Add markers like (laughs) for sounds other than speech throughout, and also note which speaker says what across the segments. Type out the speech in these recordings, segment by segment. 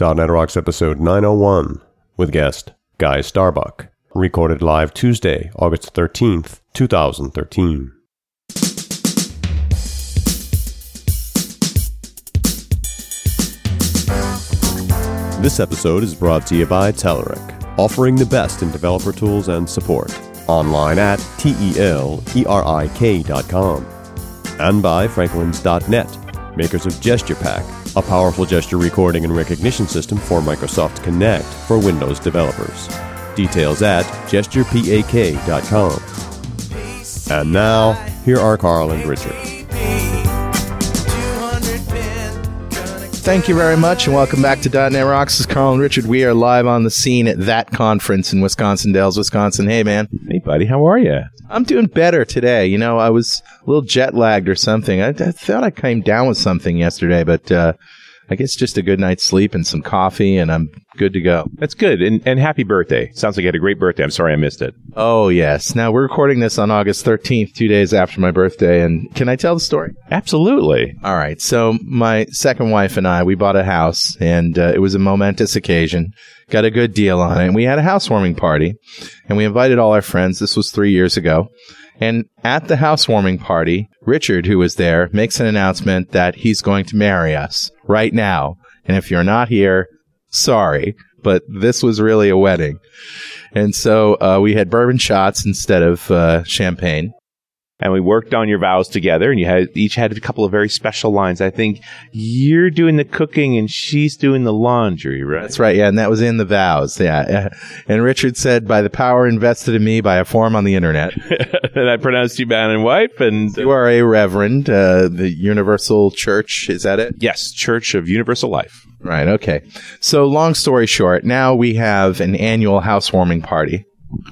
Speaker 1: .NET Rocks episode 901 with guest Guy Starbuck, recorded live Tuesday, August 13th, 2013. This episode is brought to you by Telerik, offering the best in developer tools and support. Online at E telerik.com. And by Franklins.net, makers of Gesture Pack, a powerful gesture recording and recognition system for Microsoft Connect for Windows developers. Details at gesturepak.com. And now, here are Carl and Richard.
Speaker 2: Thank you very much, and welcome back to .NET Rocks. This is Carl and Richard. We are live on the scene at that conference in Wisconsin Dells, Wisconsin. Hey, man,
Speaker 3: Hey, buddy, how are you?
Speaker 2: I'm doing better today. You know, I was a little jet lagged or something. I, I thought I came down with something yesterday, but uh, I guess just a good night's sleep and some coffee, and I'm good to go.
Speaker 3: That's good. And, and happy birthday. Sounds like you had a great birthday. I'm sorry I missed it.
Speaker 2: Oh yes. Now we're recording this on August 13th, two days after my birthday, and can I tell the story?
Speaker 3: Absolutely.
Speaker 2: All right. So my second wife and I, we bought a house, and uh, it was a momentous occasion. Got a good deal on it. And we had a housewarming party, and we invited all our friends. This was three years ago. And at the housewarming party, Richard, who was there, makes an announcement that he's going to marry us right now. And if you're not here, sorry, but this was really a wedding. And so uh, we had bourbon shots instead of uh, champagne.
Speaker 3: And we worked on your vows together, and you had each had a couple of very special lines. I think you're doing the cooking and she's doing the laundry, right?
Speaker 2: That's right. Yeah, and that was in the vows. Yeah, (laughs) and Richard said, "By the power invested in me by a form on the internet,
Speaker 3: (laughs) and I pronounced you man and wife, and
Speaker 2: you are a reverend, uh, the Universal Church. Is that it?
Speaker 3: yes, Church of Universal Life.
Speaker 2: Right. Okay. So, long story short, now we have an annual housewarming party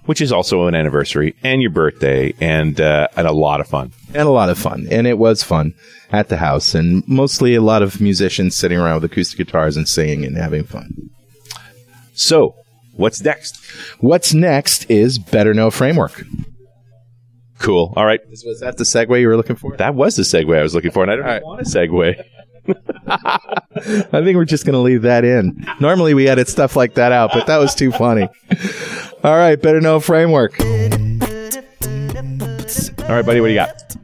Speaker 3: Which is also an anniversary and your birthday and uh, and a lot of fun.
Speaker 2: and a lot of fun, and it was fun at the house, and mostly a lot of musicians sitting around with acoustic guitars and singing and having fun.
Speaker 3: So, what's next?
Speaker 2: What's next is Better Know Framework.
Speaker 3: Cool. All right.
Speaker 2: Is- Was that the segue you were looking for?
Speaker 3: That was the segue I was looking for, and I don't
Speaker 2: right.
Speaker 3: want a segue.
Speaker 2: I think we're just going to leave that in. Normally we edit stuff like that out, but that was too funny. All right, better know framework.
Speaker 3: All right, buddy, what do you got?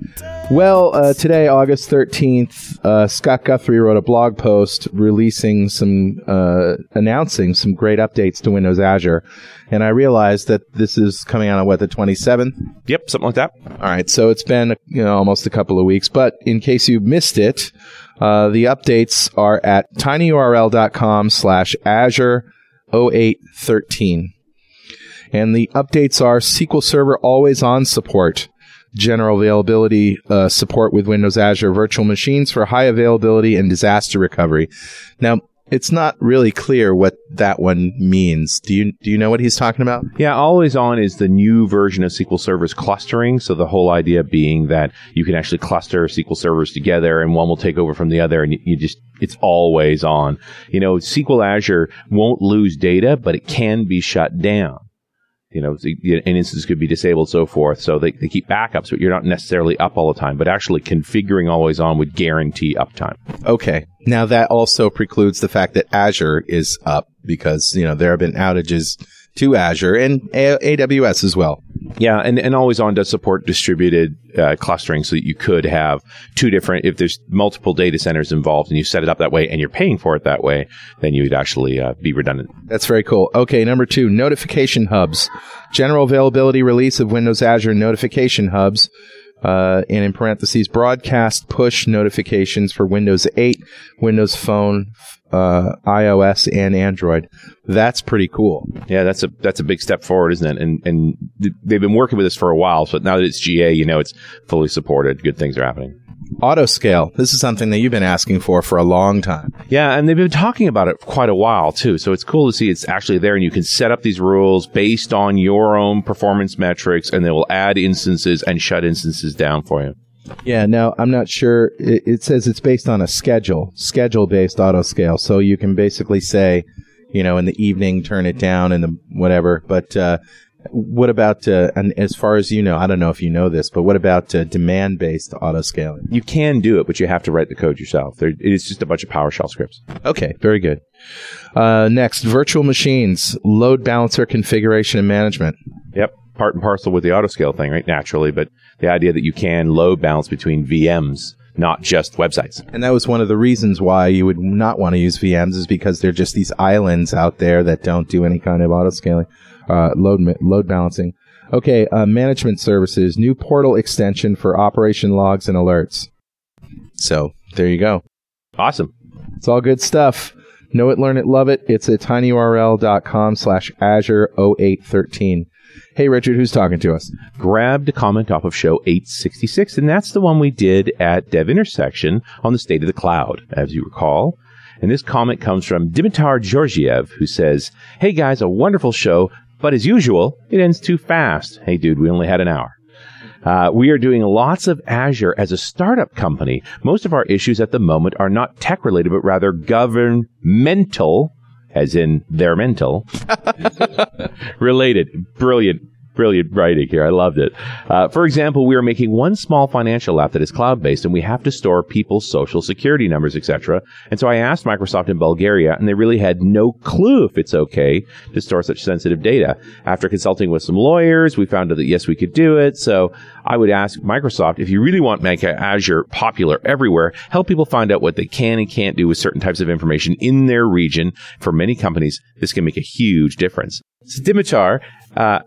Speaker 2: Well, uh, today, August 13th, uh, Scott Guthrie wrote a blog post releasing some, uh, announcing some great updates to Windows Azure. And I realized that this is coming out on what, the 27th?
Speaker 3: Yep, something like that.
Speaker 2: All right, so it's been you know almost a couple of weeks, but in case you missed it, uh, the updates are at tinyurl.com slash azure 0813. And the updates are SQL Server always on support, general availability uh, support with Windows Azure virtual machines for high availability and disaster recovery. Now, it's not really clear what that one means. Do you do you know what he's talking about?
Speaker 3: Yeah, always on is the new version of SQL Server's clustering. So the whole idea being that you can actually cluster SQL servers together and one will take over from the other and you- you just, it's always on. You know, SQL Azure won't lose data, but it can be shut down. You know, the- the- an instance could be disabled, so forth. So they, they keep backups, but you're not necessarily up all the time, but actually configuring always on would guarantee uptime.
Speaker 2: Okay. Now that also precludes the fact that Azure is up because, you know, there have been outages to Azure and A- AWS as well.
Speaker 3: Yeah, and, and always on does support distributed uh, clustering so that you could have two different, if there's multiple data centers involved and you set it up that way and you're paying for it that way, then you would actually uh, be redundant.
Speaker 2: That's very cool. Okay, number two, notification hubs. General availability release of Windows Azure notification hubs. Uh, and in parentheses, broadcast push notifications for Windows 8, Windows Phone, uh, iOS, and Android. That's pretty cool.
Speaker 3: Yeah, that's a that's a big step forward, isn't it? And and th- they've been working with this for a while, so now that it's GA, you know it's fully supported. Good things are happening.
Speaker 2: Autoscale. This is something that you've been asking for for a long time.
Speaker 3: Yeah, and they've been talking about it for quite a while too. So it's cool to see it's actually there, and you can set up these rules based on your own performance metrics, and they will add instances and shut instances down for you.
Speaker 2: Yeah, no, I'm not sure. It, it says it's based on a schedule, schedule based auto scale. So you can basically say, you know, in the evening, turn it down and the whatever. But uh, What about uh, and as far as you know, I don't know if you know this, but what about uh, demand-based auto scaling?
Speaker 3: You can do it, but you have to write the code yourself. There, it's just a bunch of PowerShell scripts.
Speaker 2: Okay, very good. Uh, next, virtual machines, load balancer configuration and management.
Speaker 3: Yep. Part and parcel with the autoscale thing, right? Naturally, but the idea that you can load balance between VMs, not just websites.
Speaker 2: And that was one of the reasons why you would not want to use VMs is because they're just these islands out there that don't do any kind of auto scaling, uh, load ma- load balancing. Okay, uh, management services, new portal extension for operation logs and alerts. So there you go.
Speaker 3: Awesome.
Speaker 2: It's all good stuff. Know it, learn it, love it. It's at tinyurl.com slash Azure 0813. Hey, Richard, who's talking to us?
Speaker 3: grabbed a comment off of show 866, and that's the one we did at Dev Intersection on the state of the cloud, as you recall. And this comment comes from Dimitar Georgiev, who says, Hey guys, a wonderful show, but as usual, it ends too fast. Hey dude, we only had an hour. Uh, we are doing lots of Azure as a startup company. Most of our issues at the moment are not tech related, but rather governmental, as in their mental, related. Brilliant. Brilliant writing here. I loved it. Uh, for example, we are making one small financial app that is cloud based and we have to store people's social security numbers, etc. And so I asked Microsoft in Bulgaria and they really had no clue if it's okay to store such sensitive data. After consulting with some lawyers, we found out that yes, we could do it. So I would ask Microsoft if you really want to make Azure popular everywhere, help people find out what they can and can't do with certain types of information in their region. For many companies, this can make a huge difference. So Dimitar, uh,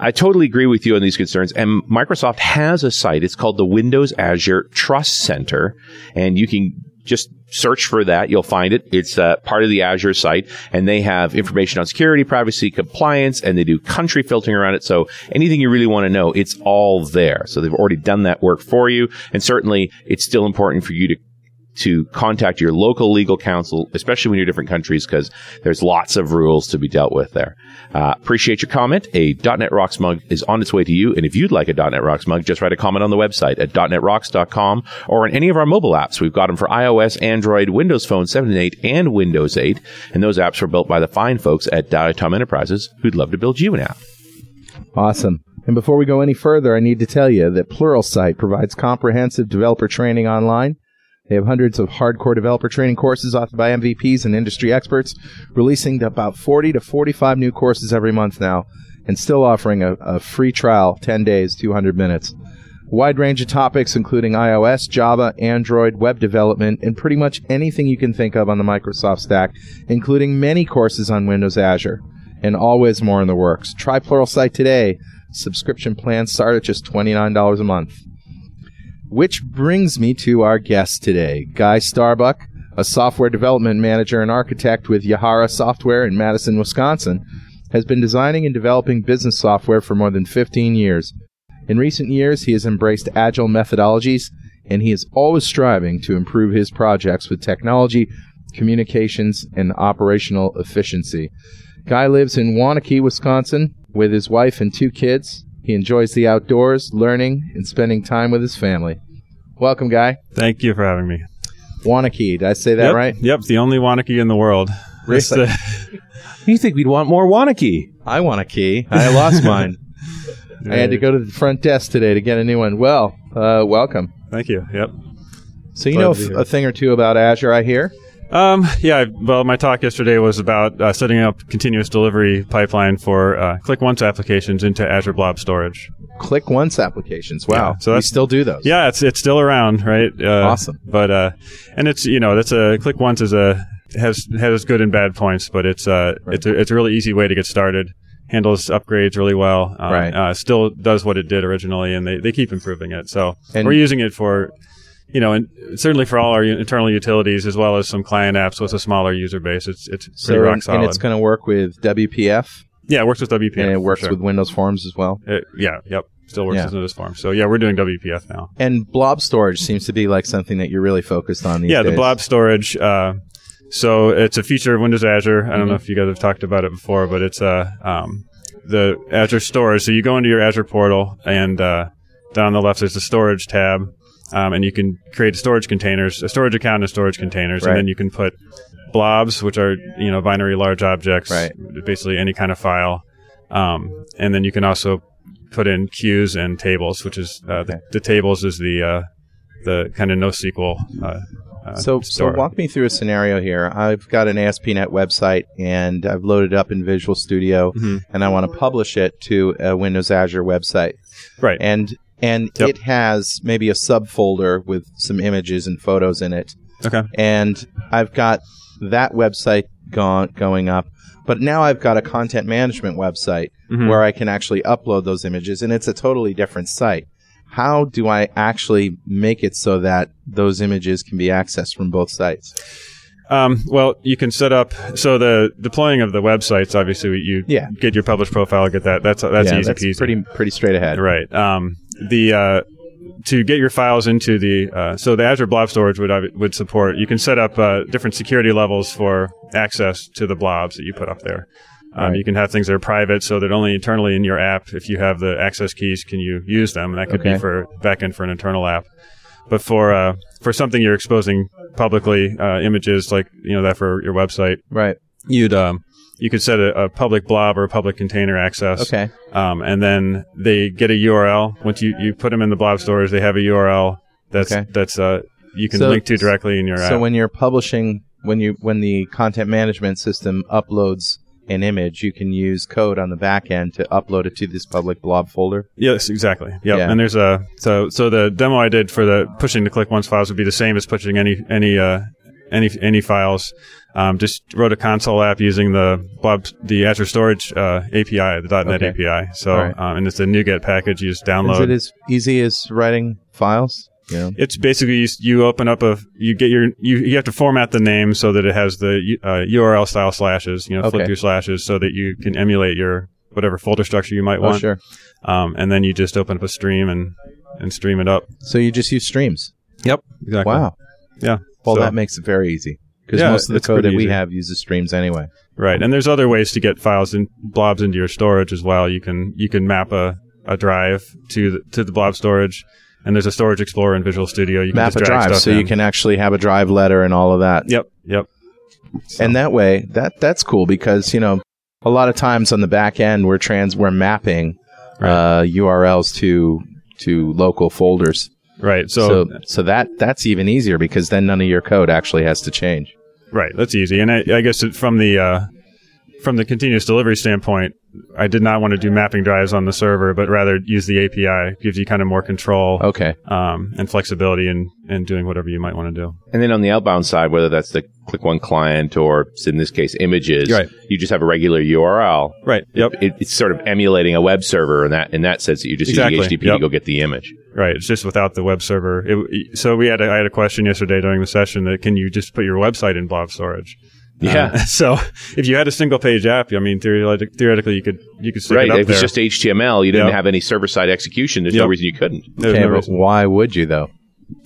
Speaker 3: I totally agree with you on these concerns. And Microsoft has a site. It's called the Windows Azure Trust Center. And you can just search for that. You'll find it. It's uh, part of the Azure site. And they have information on security, privacy, compliance, and they do country filtering around it. So anything you really want to know, it's all there. So they've already done that work for you. And certainly it's still important for you to to contact your local legal counsel, especially when you're different countries, because there's lots of rules to be dealt with there. Uh, appreciate your comment. A .NET Rocks mug is on its way to you, and if you'd like a .NET Rocks mug, just write a comment on the website at .NETRocks.com or on any of our mobile apps. We've got them for iOS, Android, Windows Phone 7 and 8, and Windows 8, and those apps were built by the fine folks at Diatom Enterprises, who'd love to build you an app.
Speaker 2: Awesome. And before we go any further, I need to tell you that Pluralsight provides comprehensive developer training online. They have hundreds of hardcore developer training courses authored by MVPs and industry experts, releasing about 40 to 45 new courses every month now, and still offering a, a free trial 10 days, 200 minutes. Wide range of topics, including iOS, Java, Android, web development, and pretty much anything you can think of on the Microsoft stack, including many courses on Windows Azure, and always more in the works. Try Pluralsight today. Subscription plans start at just $29 a month. Which brings me to our guest today, Guy Starbuck, a software development manager and architect with Yahara Software in Madison, Wisconsin, has been designing and developing business software for more than 15 years. In recent years, he has embraced agile methodologies and he is always striving to improve his projects with technology, communications, and operational efficiency. Guy lives in Wanakee, Wisconsin, with his wife and two kids. He enjoys the outdoors, learning, and spending time with his family. Welcome, Guy.
Speaker 4: Thank you for having me.
Speaker 2: Wanakee, did I say that
Speaker 4: yep,
Speaker 2: right?
Speaker 4: Yep, the only Wanakee in the world. That's
Speaker 2: Really? (laughs)
Speaker 4: the-
Speaker 3: You think we'd want more Wanakee?
Speaker 2: I want a key. I lost mine. I had to go to the front desk today to get a new one. Well, uh, welcome.
Speaker 4: Thank you. Yep.
Speaker 2: So you
Speaker 4: Glad
Speaker 2: know
Speaker 4: to be
Speaker 2: f-
Speaker 4: here.
Speaker 2: a thing or two about Azure, I hear.
Speaker 4: Um, yeah. I- Well, my talk yesterday was about uh, setting up continuous delivery pipeline for uh, click once applications into Azure Blob Storage.
Speaker 2: Click once applications. Wow,
Speaker 4: Yeah, so
Speaker 2: we
Speaker 4: that's-
Speaker 2: still do those.
Speaker 4: Yeah, it's it's still around, right? Uh,
Speaker 2: Awesome.
Speaker 4: But uh, and it's you know that's a click once is a has has good and bad points, but it's uh it's a, it's a really easy way to get started. Handles upgrades really well. Um,
Speaker 2: Right.
Speaker 4: Uh, still does what it did originally, and they, they keep improving it. So
Speaker 2: And-
Speaker 4: we're using it for. You know, and certainly for all our u- internal utilities as well as some client apps with a smaller user base, it's it's
Speaker 2: So
Speaker 4: pretty rock
Speaker 2: and,
Speaker 4: solid.
Speaker 2: and it's going to work with WPF
Speaker 4: yeah, it works with WPF.
Speaker 2: and it
Speaker 4: for
Speaker 2: works
Speaker 4: sure.
Speaker 2: with Windows Forms as well.
Speaker 4: It- yeah, yep, still works
Speaker 2: Yeah.
Speaker 4: with Windows Form. So yeah, we're doing WPF now.
Speaker 2: And blob storage seems to be like something that you're really focused on these
Speaker 4: yeah, the
Speaker 2: days.
Speaker 4: blob storage. Uh, so it's a feature of Windows Azure. I don't
Speaker 2: Mm-hmm.
Speaker 4: know if you guys have talked about it before, but it's uh, um, the Azure storage. So you go into your Azure portal, and uh, down on the left there's the storage tab, um, and you can create storage containers, a storage account, and storage containers,
Speaker 2: Right.
Speaker 4: and then you can put blobs, which are you know binary large objects,
Speaker 2: Right.
Speaker 4: basically any kind of file. Um, and then you can also put in queues and tables, which is uh, the, the tables is the uh, the kind of NoSQL. Uh, uh,
Speaker 2: so, so
Speaker 4: store.
Speaker 2: walk me through a scenario here. I've got an ASP.NET website and I've loaded it up in Visual Studio
Speaker 4: Mhm.
Speaker 2: and I want to publish it to a Windows Azure website.
Speaker 4: Right.
Speaker 2: And and
Speaker 4: Yep.
Speaker 2: it has maybe a subfolder with some images and photos in it.
Speaker 4: Okay.
Speaker 2: And I've got that website gone going up, but now I've got a content management website
Speaker 4: Mhm.
Speaker 2: where I can actually upload those images, and it's a totally different site. How do I actually make it so that those images can be accessed from both sites?
Speaker 4: Um, well, you can set up so the deploying of the websites. Obviously, you
Speaker 2: Yeah.
Speaker 4: get your published profile, get that. That's that's
Speaker 2: Yeah,
Speaker 4: easy peasy.
Speaker 2: pretty pretty straight ahead.
Speaker 4: Right. Um, the uh, to get your files into the uh, so the Azure Blob Storage would obvi- would support. You can set up uh, different security levels for access to the blobs that you put up there. Um,
Speaker 2: Right.
Speaker 4: You can have things that are private, so that only internally in your app, if you have the access keys, can you use them. And that could
Speaker 2: Okay.
Speaker 4: be for backend for an internal app, but for uh, for something you're exposing publicly, uh, images like you know that for your website,
Speaker 2: Right.
Speaker 4: you'd um, you could set a, a public blob or a public container access
Speaker 2: Okay.
Speaker 4: um, and then they get a URL. Once you, you put them in the blob storage, they have a URL that's
Speaker 2: Okay.
Speaker 4: that's uh, you can
Speaker 2: So-
Speaker 4: link to directly in your app.
Speaker 2: So when you're publishing, when you when the content management system uploads an image, you can use code on the back end to upload it to this public blob folder.
Speaker 4: yes, exactly. Yep.
Speaker 2: Yeah.
Speaker 4: And there's a so so the demo I did for the pushing to click once files would be the same as pushing any any uh, any any files. Um, just wrote a console app using the blob the Azure Storage uh, API, the .NET
Speaker 2: Okay.
Speaker 4: API. So
Speaker 2: All right.
Speaker 4: um, and it's a NuGet package. You just download.
Speaker 2: Is it as easy as writing files? Yeah.
Speaker 4: It's basically you, s- you open up a you get your you, you have to format the name so that it has the uh, URL style slashes you know
Speaker 2: Okay.
Speaker 4: flip through slashes so that you can emulate your whatever folder structure you might
Speaker 2: Oh,
Speaker 4: want
Speaker 2: sure.
Speaker 4: um, and then you just open up a stream and and stream it up
Speaker 2: So you just use streams.
Speaker 4: yep exactly
Speaker 2: Wow.
Speaker 4: Yeah.
Speaker 2: Well,
Speaker 4: So-
Speaker 2: that makes it very easy because
Speaker 4: Yeah,
Speaker 2: most of the
Speaker 4: it's
Speaker 2: code that
Speaker 4: pretty
Speaker 2: we
Speaker 4: easy.
Speaker 2: have uses streams anyway.
Speaker 4: right and there's other ways to get files and blobs into your storage as well you can you can map a, a drive to the, to the blob storage and there's a storage explorer in Visual Studio you can
Speaker 2: Map
Speaker 4: just
Speaker 2: a
Speaker 4: drag
Speaker 2: drive,
Speaker 4: stuff
Speaker 2: so you
Speaker 4: in.
Speaker 2: can actually have a drive letter and all of that.
Speaker 4: yep yep So-
Speaker 2: And that way, that that's cool because you know, a lot of times on the back end, we're trans, we're mapping uh, URLs to to local folders.
Speaker 4: right
Speaker 2: So, so that that's even easier because then none of your code actually has to change.
Speaker 4: Right, that's easy. And I, I guess it- from the uh, from the continuous delivery standpoint, I did not want to do mapping drives on the server, but rather use the API. Gives you kind of more control
Speaker 2: Okay.
Speaker 3: Oh.
Speaker 4: um, and flexibility in, in doing whatever you might want to do.
Speaker 3: And then on the outbound side, whether that's the click one client or in this case images,
Speaker 4: Right.
Speaker 3: you just have a regular URL.
Speaker 4: Right. Yep.
Speaker 3: It, it's sort of emulating a web server in that in that sense that you just use
Speaker 4: Exactly.
Speaker 3: HTTP to
Speaker 4: Yep.
Speaker 3: go get the image.
Speaker 4: Right. It's just without the web server. It, so we had a, I had a question yesterday during the session that can you just put your website in blob storage? (laughs) Uh, so if you had a single page app, I mean, theoretic- theoretically, you could you could
Speaker 3: (laughs)
Speaker 4: stick
Speaker 3: right.
Speaker 4: it up
Speaker 3: If
Speaker 4: there.
Speaker 3: it's just HTML, you didn't
Speaker 4: Yep.
Speaker 3: have any server side execution. There's no
Speaker 4: Yep.
Speaker 3: reason you couldn't.
Speaker 4: There's
Speaker 2: okay,
Speaker 4: no
Speaker 2: but
Speaker 4: reason.
Speaker 2: why would you though?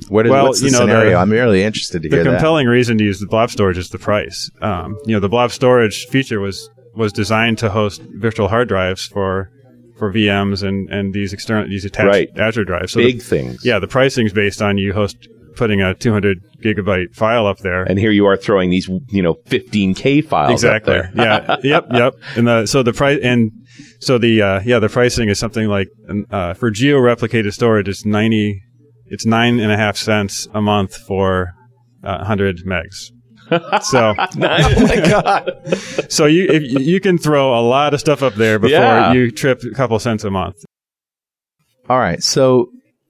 Speaker 2: What is
Speaker 4: Well,
Speaker 2: what's the
Speaker 4: you know, the-
Speaker 2: scenario? I'm really interested to
Speaker 4: the
Speaker 2: hear that.
Speaker 4: compelling reason to use the blob storage is the price. Um, you know, the blob storage feature was was designed to host virtual hard drives for for VMs and and these external these attached
Speaker 3: Right.
Speaker 4: Azure drives. So
Speaker 3: Big
Speaker 4: the,
Speaker 3: things.
Speaker 4: yeah, the pricing's based on you host putting a 200 gigabyte file up there.
Speaker 3: And here you are throwing these, you know, 15k files. up
Speaker 4: Exactly.
Speaker 3: there. (laughs)
Speaker 4: yeah. Yep. Yep. And the, so the price and so the uh, yeah the pricing is something like um, uh, for geo replicated storage it's ninety it's nine and a half cents a month for uh, hundred
Speaker 3: (laughs)
Speaker 4: megs. So
Speaker 3: oh my god.
Speaker 4: (laughs) So you if, you can throw a lot of stuff up there before
Speaker 3: Yeah.
Speaker 4: you trip a couple cents a month.
Speaker 2: All right. So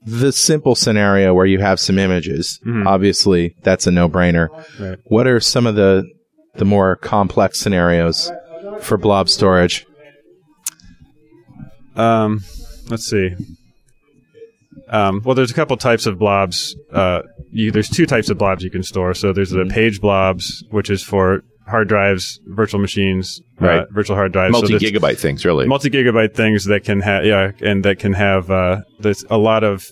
Speaker 2: the simple scenario where you have some images,
Speaker 4: Mhm.
Speaker 2: obviously that's a no-brainer.
Speaker 4: Right.
Speaker 2: What are some of the the more complex scenarios for blob storage?
Speaker 4: Um, let's see. Um, well, there's a couple types of blobs. Uh, you, there's two types of blobs you can store. So there's
Speaker 3: Mhm.
Speaker 4: the page blobs, which is for hard drives, virtual machines,
Speaker 3: Right.
Speaker 4: uh, virtual hard drives,
Speaker 3: Multi
Speaker 4: So there's-
Speaker 3: gigabyte things, really.
Speaker 4: multi gigabyte things that can have yeah, and that can have uh, there's a lot of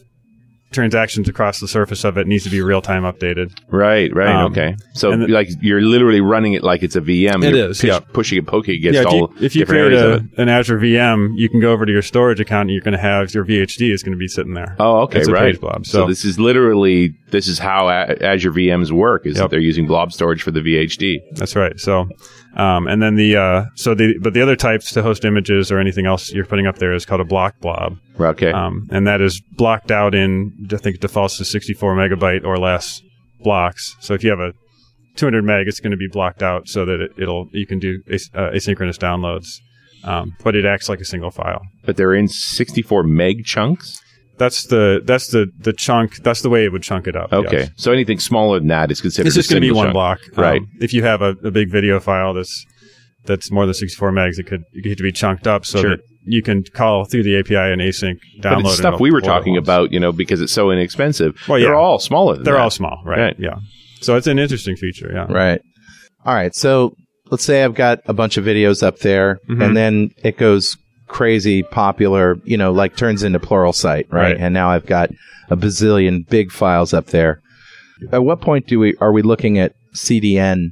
Speaker 4: transactions across the surface of it needs to be real time updated.
Speaker 3: right. Right.
Speaker 4: Um,
Speaker 3: okay. So
Speaker 4: and the-
Speaker 3: like you're literally running it like it's a VM.
Speaker 4: It
Speaker 3: you're
Speaker 4: is,
Speaker 3: push-
Speaker 4: yeah.
Speaker 3: Pushing and poking against
Speaker 4: if
Speaker 3: all
Speaker 4: you, if you
Speaker 3: different
Speaker 4: create
Speaker 3: areas
Speaker 4: a,
Speaker 3: of it.
Speaker 4: an Azure VM, you can go over to your storage account and you're going to have your VHD is going to be sitting there.
Speaker 3: Oh, okay,
Speaker 4: It's a
Speaker 3: right.
Speaker 4: page blob,
Speaker 3: So.
Speaker 4: so-
Speaker 3: this is literally this is how A- Azure VMs work. Is that
Speaker 4: Yep.
Speaker 3: they're using blob storage for the VHD?
Speaker 4: That's right. So, Um, and then the uh, so the but the other types to host images or anything else you're putting up there is called a block blob,
Speaker 3: Okay.
Speaker 4: um, and that is blocked out in I think it defaults to 64 megabyte or less blocks. So if you have a 200 meg, it's going to be blocked out so that it, it'll you can do as, uh, asynchronous downloads, um, but it acts like a single file.
Speaker 3: but they're in 64 meg chunks.
Speaker 4: That's the that's the the chunk. That's the way it would chunk it up. yes.
Speaker 3: Okay. So anything smaller than that is considered.
Speaker 4: it's
Speaker 3: a
Speaker 4: just going to be
Speaker 3: single
Speaker 4: one
Speaker 3: chunk.
Speaker 4: block,
Speaker 3: Right.
Speaker 4: Um, if you have a, a big video file that's that's more than 64 megs, it could it could be chunked up so
Speaker 3: Sure.
Speaker 4: that you can call through the API and async download.
Speaker 3: But it's
Speaker 4: and
Speaker 3: stuff
Speaker 4: it'll
Speaker 3: we were
Speaker 4: pull it at
Speaker 3: talking
Speaker 4: once.
Speaker 3: about, you know, because it's so inexpensive.
Speaker 4: Well, yeah.
Speaker 3: They're all smaller than
Speaker 4: They're
Speaker 3: that.
Speaker 4: all small, right?
Speaker 3: Right.
Speaker 4: Yeah. So it's an interesting feature. Yeah.
Speaker 2: Right. All right. So let's say I've got a bunch of videos up there
Speaker 4: Mhm.
Speaker 2: and then it goes crazy popular, you know, like turns into plural site, right?
Speaker 4: Right.
Speaker 2: And now I've got a bazillion big files up there. At what point do we are we looking at CDN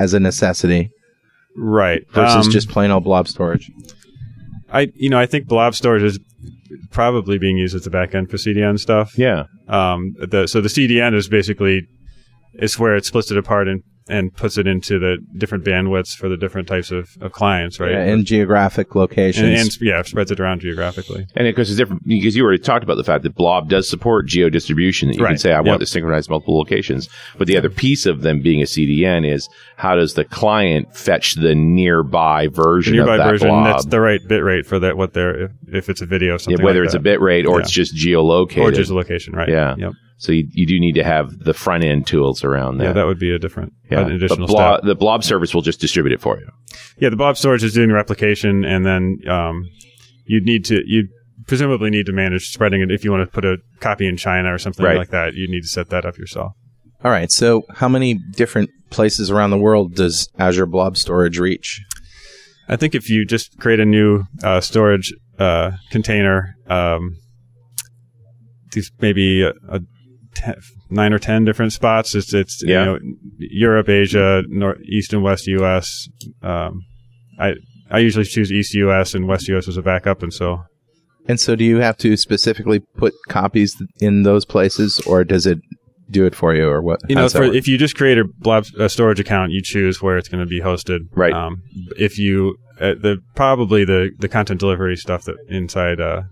Speaker 2: as a necessity
Speaker 4: Right.
Speaker 2: versus
Speaker 4: Um,
Speaker 2: just plain old blob storage?
Speaker 4: I you know I think blob storage is probably being used as the back end for CDN stuff.
Speaker 3: Yeah.
Speaker 4: Um, the, so the CDN is basically it's where it splits it apart and and puts it into the different bandwidths for the different types of, of clients, right?
Speaker 2: Yeah, in geographic
Speaker 4: and,
Speaker 2: locations.
Speaker 4: and yeah, spreads it around geographically.
Speaker 3: And of course, it's different because you already talked about the fact that Blob does support geo distribution. That you can
Speaker 4: Right.
Speaker 3: say, I want
Speaker 4: Yep.
Speaker 3: to synchronize multiple locations. But the other piece of them being a CDN is how does the client fetch the nearby
Speaker 4: The
Speaker 3: version
Speaker 4: nearby
Speaker 3: of that
Speaker 4: version,
Speaker 3: blob?
Speaker 4: that's the right bit rate for that. What they're if, if it's a video, or
Speaker 3: Yeah,
Speaker 4: something
Speaker 3: whether
Speaker 4: like
Speaker 3: it's a
Speaker 4: that.
Speaker 3: bit rate or
Speaker 4: Yeah.
Speaker 3: it's just geolocated.
Speaker 4: or just a location, right?
Speaker 3: Yeah.
Speaker 4: Yep.
Speaker 3: so you, you do need to have the front end tools around
Speaker 4: Yeah,
Speaker 3: that.
Speaker 4: that would be a different an additional
Speaker 3: the, blob,
Speaker 4: step.
Speaker 3: the blob service will just distribute it for you.
Speaker 4: Yeah, the Bob storage is doing replication, and then um, you'd need to you would presumably need to manage spreading it if you want to put a copy in China or something
Speaker 3: Right.
Speaker 4: like that. You need to set that up yourself.
Speaker 2: All right. So how many different places around the world does Azure Blob Storage reach?
Speaker 4: I think if you just create a new uh, storage uh, container, um, these maybe a, a te- nine or ten different spots. It's it's
Speaker 3: Yeah.
Speaker 4: you know Europe, Asia, North, East and West U.S. Um, I I usually choose East U.S. and West U.S. as a backup, and so
Speaker 2: And so, do you have to specifically put copies in those places, or does it do it for you, or what?
Speaker 4: you
Speaker 2: how
Speaker 4: know
Speaker 2: does that
Speaker 4: for,
Speaker 2: work?
Speaker 4: if you just create a blob a storage account, you choose where it's going to be hosted.
Speaker 3: Right.
Speaker 4: Um, if you uh, the probably the the content delivery stuff that inside uh,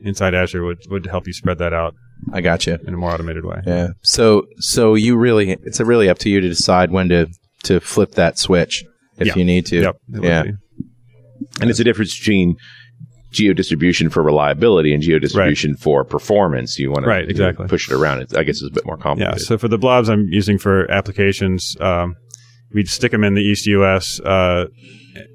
Speaker 4: inside Azure would would help you spread that out.
Speaker 2: I got you.
Speaker 4: in a more automated way.
Speaker 2: Yeah. So, so you really, it's really up to you to decide when to to flip that switch if
Speaker 4: Yeah.
Speaker 2: you need to.
Speaker 4: Yep. it would
Speaker 2: Yeah.
Speaker 4: be.
Speaker 3: And it's a difference between geo distribution for reliability and geo distribution for performance. You want to
Speaker 4: Right, exactly.
Speaker 3: push it around. It's, I guess it's a bit more
Speaker 4: Yeah.
Speaker 3: complicated.
Speaker 4: So for the blobs I'm using for applications, um, we'd stick them in the East US. Uh,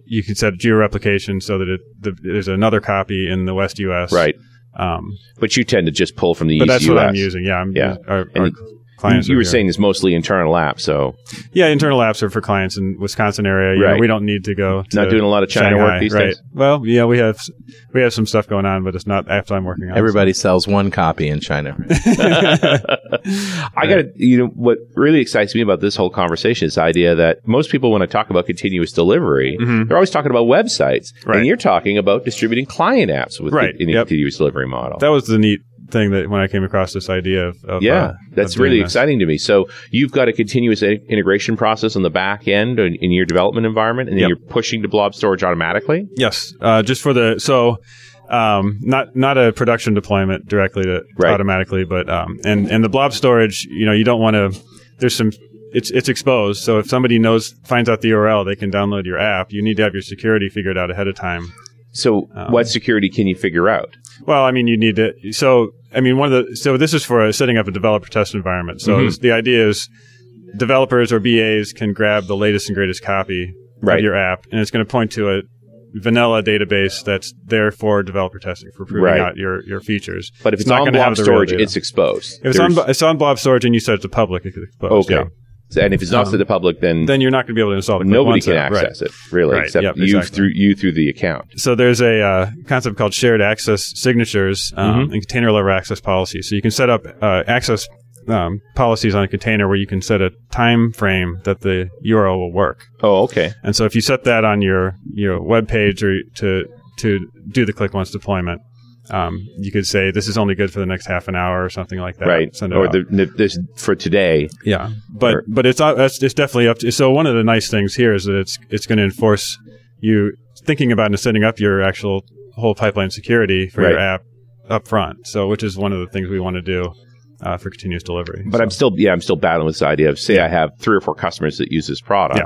Speaker 4: you can set georeplication so that it, the, there's another copy in the West US.
Speaker 3: Right.
Speaker 4: Um,
Speaker 3: But you tend to just pull from the
Speaker 4: but
Speaker 3: East
Speaker 4: that's
Speaker 3: US.
Speaker 4: what I'm using. Yeah. I'm,
Speaker 3: Yeah.
Speaker 4: Our,
Speaker 3: And
Speaker 4: our clients.
Speaker 3: You, you
Speaker 4: are
Speaker 3: were
Speaker 4: here.
Speaker 3: saying it's mostly internal apps,
Speaker 4: (laughs)
Speaker 3: so
Speaker 4: Yeah. Internal apps are for clients in Wisconsin area. You know,
Speaker 3: Right.
Speaker 4: we don't need to go. To
Speaker 3: not doing a lot of China
Speaker 4: Shanghai,
Speaker 3: work these
Speaker 4: right.
Speaker 3: days.
Speaker 4: Well, yeah, we have we have some stuff going on, but it's not apps I'm working on.
Speaker 2: Everybody sells one copy in
Speaker 4: (laughs)
Speaker 2: China.
Speaker 3: I got to, you know, what really excites me about this whole conversation is the idea that most people, when I talk about continuous delivery,
Speaker 4: Mhm.
Speaker 3: they're always talking about websites.
Speaker 4: Right.
Speaker 3: And you're talking about distributing client apps with
Speaker 4: Right,
Speaker 3: the, in the
Speaker 4: yep.
Speaker 3: continuous delivery model.
Speaker 4: That was the neat thing that when I came across this idea of, of
Speaker 3: yeah,
Speaker 4: uh,
Speaker 3: that's
Speaker 4: of doing
Speaker 3: really
Speaker 4: this.
Speaker 3: exciting to me. So you've got a continuous in- integration process on the back end in, in your development environment, and then
Speaker 4: Yep.
Speaker 3: you're pushing to blob storage automatically.
Speaker 4: Yes, uh, just for the so um, not not a production deployment directly to
Speaker 3: Right.
Speaker 4: automatically, but um, and and the blob storage, you know, you don't want to. There's some it's it's exposed, so if somebody knows finds out the URL, they can download your app. You need to have your security figured out ahead of time.
Speaker 3: So
Speaker 4: Um,
Speaker 3: what security can you figure out?
Speaker 4: Well, I mean, you need to. So, I mean, one of the so this is for uh, setting up a developer test environment. So
Speaker 3: Mhm.
Speaker 4: it's- the idea is developers or BAs can grab the latest and greatest copy
Speaker 3: Right.
Speaker 4: of your app, and it's going to point to a vanilla database that's there for developer testing for proving
Speaker 3: Right.
Speaker 4: out your your features.
Speaker 3: But if it's,
Speaker 4: not
Speaker 3: on
Speaker 4: gonna
Speaker 3: blob
Speaker 4: have the real
Speaker 3: storage,
Speaker 4: data.
Speaker 3: it's exposed.
Speaker 4: If it's on,
Speaker 3: There's-
Speaker 4: it's on blob storage and you set it to public, it's exposed,
Speaker 3: okay,
Speaker 4: yeah.
Speaker 3: So- and if it's not
Speaker 4: Um,
Speaker 3: to the public, then,
Speaker 4: then you're not going to be able to install the click
Speaker 3: nobody
Speaker 4: once
Speaker 3: can
Speaker 4: app, right.
Speaker 3: access it really,
Speaker 4: Right,
Speaker 3: except
Speaker 4: yep,
Speaker 3: you
Speaker 4: exactly.
Speaker 3: through you through the account.
Speaker 4: So there's a uh, concept called shared access signatures um,
Speaker 3: Mm-hmm.
Speaker 4: and container level access policies. So you can set up uh, access um, policies on a container where you can set a time frame that the URL will work.
Speaker 3: Oh, okay.
Speaker 4: And so if you set that on your your web page or to to do the click once deployment, um, you could say this is only good for the next half an hour or something like that.
Speaker 3: right?
Speaker 4: Send it
Speaker 3: Or
Speaker 4: out.
Speaker 3: the, the, this for today,
Speaker 4: Yeah, but
Speaker 3: Or-
Speaker 4: but it's uh, it's it's definitely up to. So one of the nice things here is that it's it's going to enforce you thinking about and setting up your actual whole pipeline security for your
Speaker 3: Right.
Speaker 4: app up front. So which is one of the things we want to do uh, for continuous delivery.
Speaker 3: but I'm still yeah, I'm still battling with this idea of say I have three or four customers that use this product.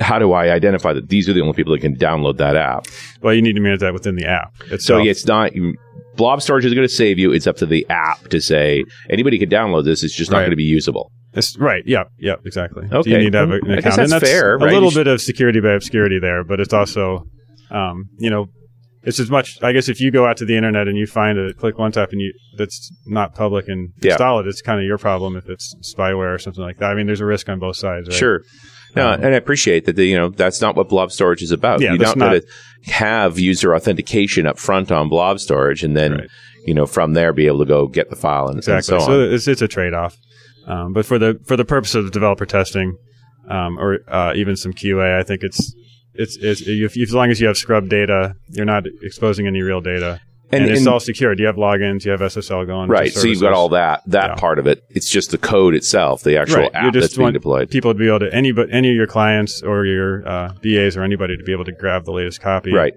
Speaker 3: How do I identify that these are the only people that can download that app?
Speaker 4: well, you need to manage that within the app. Itself.
Speaker 3: So yeah, it's not you- blob storage is going to save you. It's up to the app to say anybody can download this. It's just not
Speaker 4: Right.
Speaker 3: going to be usable.
Speaker 4: It's- right. Yeah. Yeah. Exactly. So
Speaker 3: Okay.
Speaker 4: you need to have an
Speaker 3: I guess
Speaker 4: account,
Speaker 3: that's
Speaker 4: and that's
Speaker 3: fair,
Speaker 4: a
Speaker 3: right?
Speaker 4: little
Speaker 3: You
Speaker 4: bit of security by obscurity there, but it's also, um, you know, it's as much. I guess if you go out to the internet and you find a click one tap and you that's not public and
Speaker 3: Yeah.
Speaker 4: install it, it's kind of your problem if it's spyware or something like that. I mean, there's a risk on both sides. Right?
Speaker 3: Sure. No,
Speaker 4: Um,
Speaker 3: and I appreciate that. The, you know that's not what blob storage is about.
Speaker 4: Yeah,
Speaker 3: You're
Speaker 4: that's
Speaker 3: not, going to have user authentication up front on blob storage, and then
Speaker 4: Right.
Speaker 3: you know from there be able to go get the file and, and so
Speaker 4: Exactly. so
Speaker 3: on.
Speaker 4: it's it's a trade off. Um, but for the for the purpose of developer testing, um, or uh, even some QA, I think it's. It's, it's if, as long as you have scrub data, you're not exposing any real data. and, it's all secured. You have logins, you have SSL going. to
Speaker 3: right. So you've got
Speaker 4: services.
Speaker 3: all that that
Speaker 4: Yeah.
Speaker 3: part of it. It's just the code itself, the actual
Speaker 4: Right. You
Speaker 3: app
Speaker 4: just
Speaker 3: that's being
Speaker 4: want
Speaker 3: deployed.
Speaker 4: People to be able to any but any of your clients or your uh, BAs or anybody to be able to grab the latest copy.
Speaker 3: Right.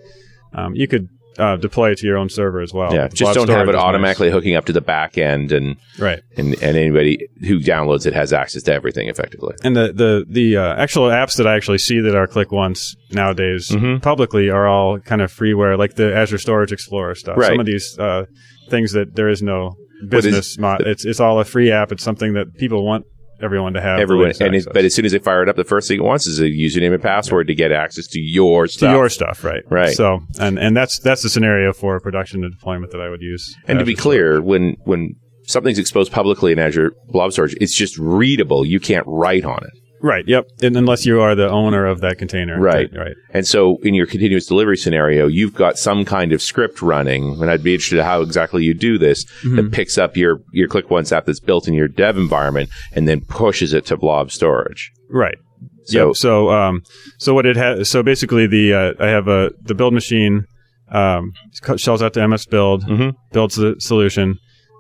Speaker 4: Um, you could uh, deploy it to your own server as well.
Speaker 3: yeah. Just
Speaker 4: Blob
Speaker 3: don't have
Speaker 4: storage
Speaker 3: it
Speaker 4: is nice.
Speaker 3: automatically hooking up to the back end, and,
Speaker 4: Right.
Speaker 3: and and anybody who downloads it has access to everything effectively.
Speaker 4: And the the the uh, actual apps that I actually see that are click once nowadays
Speaker 3: Mhm.
Speaker 4: publicly are all kind of freeware, like the Azure Storage Explorer stuff.
Speaker 3: Right.
Speaker 4: Some of these uh, things that there is no business. mo- it's it's all a free app. It's something that people want everyone to have. the
Speaker 3: Everyone,
Speaker 4: latest
Speaker 3: and it,
Speaker 4: access.
Speaker 3: but as soon as they fire it up, the first thing it wants is a username and password to get access to your
Speaker 4: to
Speaker 3: stuff.
Speaker 4: your stuff, right?
Speaker 3: Right.
Speaker 4: So, and and that's that's the scenario for production and deployment that I would use.
Speaker 3: And to
Speaker 4: as
Speaker 3: be
Speaker 4: a-
Speaker 3: clear, when when something's exposed publicly in Azure Blob Storage, it's just readable. You can't write on it.
Speaker 4: right? Yep. And unless you are the owner of that container,
Speaker 3: Right.
Speaker 4: Right.
Speaker 3: And so, in your continuous delivery scenario, you've got some kind of script running, and I'd be interested in how exactly you do this
Speaker 4: Hmm.
Speaker 3: that picks up your your Click Once app that's built in your dev environment and then pushes it to Blob Storage.
Speaker 4: Right.
Speaker 3: So,
Speaker 4: yep. So, um, so what it has, so basically the, uh, I have a, the build machine, um, co- shells out to MS build,
Speaker 3: Mhm.
Speaker 4: builds the solution,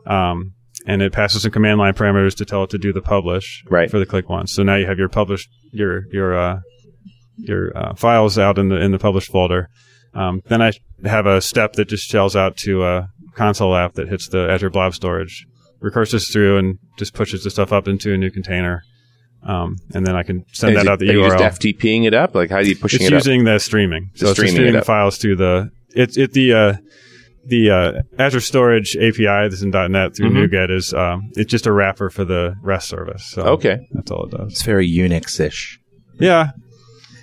Speaker 4: um, and it passes some command line parameters to tell it to do the publish
Speaker 3: Right.
Speaker 4: for the click once. So now you have your publish, your, your, uh, your uh, files out in the, in the publish folder. Um, then I have a step that just shells out to a console app that hits the Azure Blob storage, recurses through and just pushes the stuff up into a new container. Um, and then I can send
Speaker 3: and
Speaker 4: that
Speaker 3: is it-
Speaker 4: out the
Speaker 3: are you
Speaker 4: URL
Speaker 3: just FTPing it up? Like, how are you pushing
Speaker 4: it's
Speaker 3: it up?
Speaker 4: using the streaming. So it's just
Speaker 3: streaming
Speaker 4: streaming
Speaker 3: it
Speaker 4: the
Speaker 3: up.
Speaker 4: files to the it's it the uh, the uh, Azure Storage API that's in .NET through
Speaker 3: Mhm.
Speaker 4: NuGet is um, it's just a wrapper for the REST service. So
Speaker 3: Okay,
Speaker 4: that's all it does.
Speaker 2: It's very Unix ish.
Speaker 4: Yeah,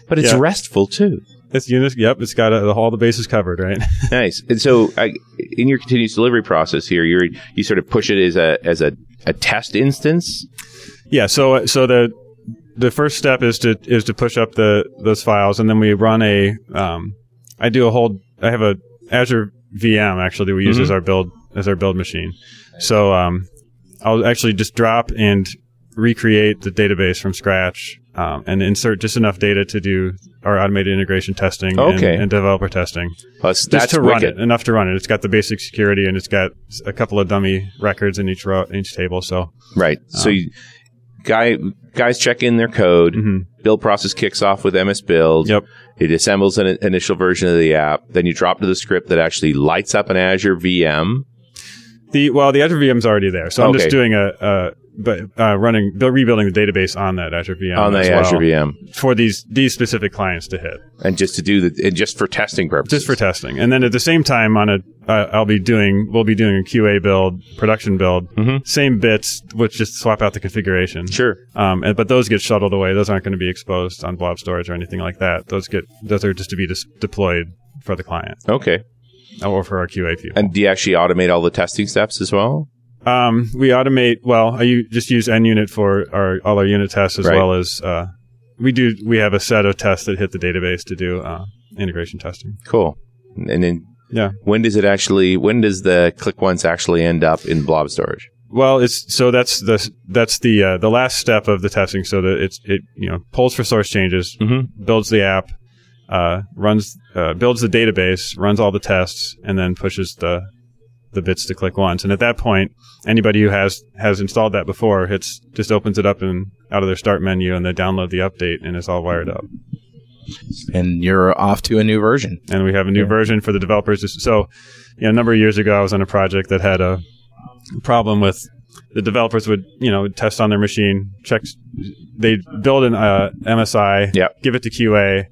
Speaker 3: but it's
Speaker 4: Yeah.
Speaker 3: restful too.
Speaker 4: it's Unix. Yep, it's got uh all the bases covered, right?
Speaker 3: Nice. And so, I, in your continuous delivery process here, you are you sort of push it as a as a, a test instance.
Speaker 4: yeah. So uh, so the the first step is to is to push up the those files, and then we run a um, I do a whole I have a Azure VM actually that we use
Speaker 3: Mhm.
Speaker 4: as our build as our build machine. So um, I'll actually just drop and recreate the database from scratch um, and insert just enough data to do our automated integration testing and-
Speaker 3: Okay.
Speaker 4: and, developer testing.
Speaker 3: Plus,
Speaker 4: Just
Speaker 3: that's
Speaker 4: to
Speaker 3: wicked.
Speaker 4: run it, enough to run it. It's got the basic security and it's got a couple of dummy records in each row, each table. So
Speaker 3: Right. so
Speaker 4: Um,
Speaker 3: you, guy guys check in their code.
Speaker 4: mhm.
Speaker 3: Build process kicks off with MS Build.
Speaker 4: Yep.
Speaker 3: It assembles an initial version of the app. Then you drop to the script that actually lights up an Azure VM.
Speaker 4: The well, the Azure VM's already there, so I'm
Speaker 3: Okay.
Speaker 4: just doing a, a but uh, running bu- rebuilding the database on that Azure VM
Speaker 3: on the
Speaker 4: as
Speaker 3: Azure
Speaker 4: well
Speaker 3: VM.
Speaker 4: for these these specific clients to hit
Speaker 3: And just to do the and just for testing purposes.
Speaker 4: just for testing, and then at the same time on a uh, I'll be doing we'll be doing a QA build production build
Speaker 3: Mhm.
Speaker 4: same bits which just swap out the configuration
Speaker 3: Sure.
Speaker 4: um, and, but those get shuttled away those aren't going to be exposed on blob storage or anything like that those get those are just to be dis- deployed for the client
Speaker 3: Okay.
Speaker 4: or for our QA people
Speaker 3: And do you actually automate all the testing steps as well?
Speaker 4: Um, we automate. Well, I u- just use NUnit for our all our unit tests as
Speaker 3: Right.
Speaker 4: well as uh, we do. We have a set of tests that hit the database to do uh, integration testing.
Speaker 3: Cool. And then
Speaker 4: Yeah.
Speaker 3: When does it actually? When does the click once actually end up in blob storage?
Speaker 4: Well, it's so that's the that's the uh, the last step of the testing. So that it's it you know pulls for source changes,
Speaker 3: Mm-hmm.
Speaker 4: builds the app, uh, runs uh, builds the database, runs all the tests, and then pushes the the bits to click once. And at that point, anybody who has has installed that before hits just opens it up and out of their start menu, and they download the update, and it's all wired up.
Speaker 2: and you're off to a new version.
Speaker 4: and we have a new version for the developers. to- So, you know, a number of years ago, I was on a project that had a problem with the developers would, you know, test on their machine, check, they'd build an uh, MSI,
Speaker 3: Yep.
Speaker 4: give it to QA,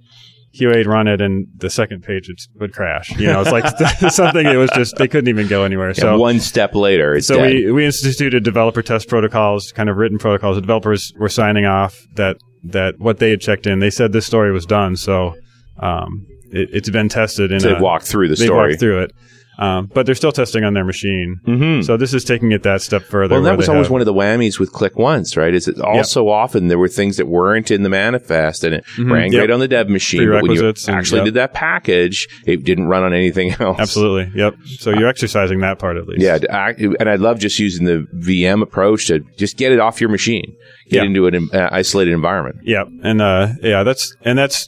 Speaker 4: QA'd run it, and the second page would, would crash. You know, it's like (laughs) something it was just, they couldn't even go anywhere. So,
Speaker 3: and one step later, it's
Speaker 4: so
Speaker 3: dead.
Speaker 4: we, we instituted developer test protocols, kind of written protocols. The developers were signing off that that what they had checked in. They said this story was done, so um, it, it's been tested. In
Speaker 3: So
Speaker 4: a-
Speaker 3: they walk through the
Speaker 4: they
Speaker 3: story.
Speaker 4: walked through it, um, but they're still testing on their machine.
Speaker 3: Mm-hmm.
Speaker 4: So this is taking it that step further.
Speaker 3: Well,
Speaker 4: where
Speaker 3: that was
Speaker 4: they
Speaker 3: always
Speaker 4: have-
Speaker 3: one of the whammies with Click Once, right? Is it also often there were things that weren't in the manifest and it
Speaker 4: Mhm,
Speaker 3: ran
Speaker 4: yep.
Speaker 3: great on the dev machine, but when you
Speaker 4: Prerequisites and-
Speaker 3: actually
Speaker 4: yep.
Speaker 3: did that package, it didn't run on anything (laughs) else.
Speaker 4: Absolutely. Yep. So you're exercising that part at least.
Speaker 3: Yeah, I, and I love just using the VM approach to just get it off your machine, get
Speaker 4: Yeah.
Speaker 3: into an uh, isolated environment.
Speaker 4: Yeah, and uh, yeah, that's and that's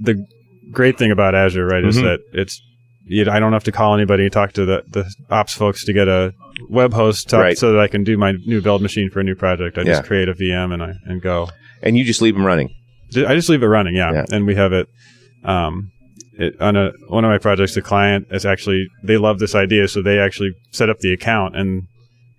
Speaker 4: the great thing about Azure, right? Is
Speaker 3: Mhm.
Speaker 4: that it's you know, I don't have to call anybody and talk to the, the ops folks to get a web host talk,
Speaker 3: Right.
Speaker 4: so that I can do my new build machine for a new project. I just
Speaker 3: Yeah.
Speaker 4: create a VM and I and go.
Speaker 3: And you just leave them running.
Speaker 4: Ju- I just leave it running, yeah,
Speaker 3: Yeah.
Speaker 4: and we have it. Um, it, on a one of my projects, the client is actually they love this idea, so they actually set up the account and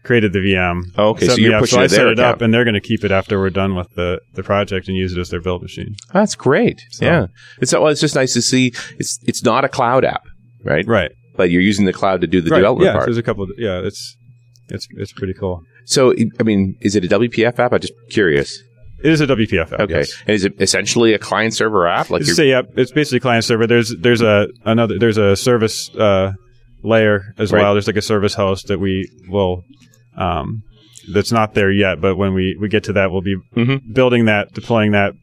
Speaker 4: created the VM.
Speaker 3: Okay,
Speaker 4: Set
Speaker 3: so
Speaker 4: me
Speaker 3: you're
Speaker 4: up,
Speaker 3: pushing
Speaker 4: so I
Speaker 3: it
Speaker 4: set
Speaker 3: there.
Speaker 4: it up, and they're going to keep it after we're done with the, the project and use it as their build machine.
Speaker 3: That's great.
Speaker 4: So-
Speaker 3: Yeah, it's well, it's just nice to see. It's it's not a cloud app, right?
Speaker 4: Right.
Speaker 3: But you're using the cloud to do the
Speaker 4: right.
Speaker 3: development
Speaker 4: yeah,
Speaker 3: part.
Speaker 4: There's a couple. Of, yeah, it's it's it's pretty cool.
Speaker 3: So, I mean, is it a WPF app? I'm just curious.
Speaker 4: It is a WPF app.
Speaker 3: Okay,
Speaker 4: yes.
Speaker 3: and is it essentially a client server app? Like,
Speaker 4: It's
Speaker 3: you're-
Speaker 4: a- yeah, it's basically client server. There's there's a another there's a service uh, layer as
Speaker 3: Right.
Speaker 4: well. There's like a service host that we will um, that's not there yet, but when we we get to that, we'll be
Speaker 3: Mhm.
Speaker 4: building that, deploying that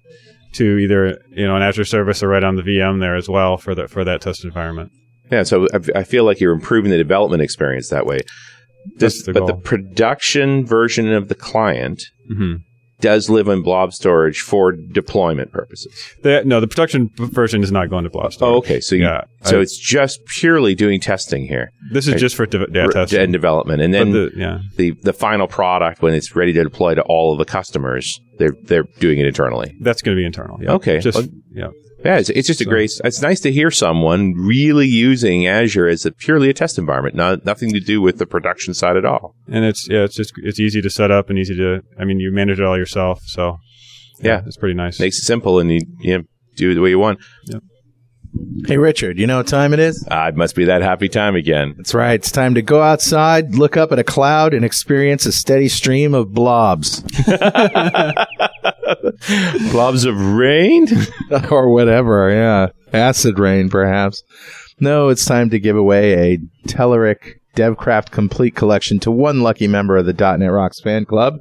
Speaker 4: to either you know an Azure service or right on the VM there as well for that for that test environment.
Speaker 3: yeah. So I, I feel like you're improving the development experience that way.
Speaker 4: That's
Speaker 3: This-
Speaker 4: the
Speaker 3: but
Speaker 4: goal.
Speaker 3: the production version of the client
Speaker 4: Mm-hmm.
Speaker 3: does live in blob storage for deployment purposes.
Speaker 4: The, no, the production version is not going to blast.
Speaker 3: Oh, okay. So you,
Speaker 4: yeah.
Speaker 3: so
Speaker 4: I-
Speaker 3: it's just purely doing testing here
Speaker 4: this is just for de- yeah,
Speaker 3: re-
Speaker 4: testing.
Speaker 3: and development, and
Speaker 4: But
Speaker 3: then
Speaker 4: the- yeah.
Speaker 3: the, the final product when it's ready to deploy to all of the customers, they're they're doing it internally.
Speaker 4: That's going to be internal. Yeah.
Speaker 3: Okay.
Speaker 4: Just
Speaker 3: Well-
Speaker 4: yeah.
Speaker 3: Yeah, it's, it's just a
Speaker 4: So-
Speaker 3: great. It's nice to hear someone really using Azure as a purely a test environment, not nothing to do with the production side at all.
Speaker 4: And it's yeah, it's just it's easy to set up and easy to. I mean, you manage it all yourself, so
Speaker 3: Yeah.
Speaker 4: it's pretty nice.
Speaker 3: Makes it simple, and you, you know, do it the way you want.
Speaker 2: Hey, Richard, you know what time it is?
Speaker 3: Ah, it must be that happy time again.
Speaker 2: That's right. It's time to go outside, look up at a cloud, and experience a steady stream of blobs
Speaker 3: Blobs of rain.
Speaker 2: (laughs) or whatever. Yeah. Acid rain, perhaps. No, it's time to give away a Telerik DevCraft Complete Collection to one lucky member of the .NET Rocks fan club.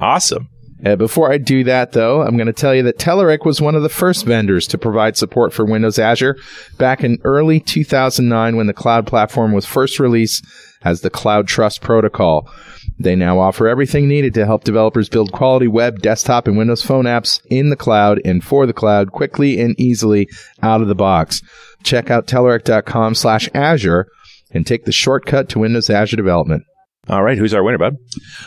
Speaker 3: awesome.
Speaker 2: Uh, before I do that, though, I'm going to tell you that Telerik was one of the first vendors to provide support for Windows Azure back in early 2009 when the cloud platform was first released as the Cloud Trust Protocol. They now offer everything needed to help developers build quality web, desktop, and Windows Phone apps in the cloud and for the cloud quickly and easily out of the box. Check out telerik.com slash Azure and take the shortcut to Windows Azure development.
Speaker 3: All right, who's our winner, bud?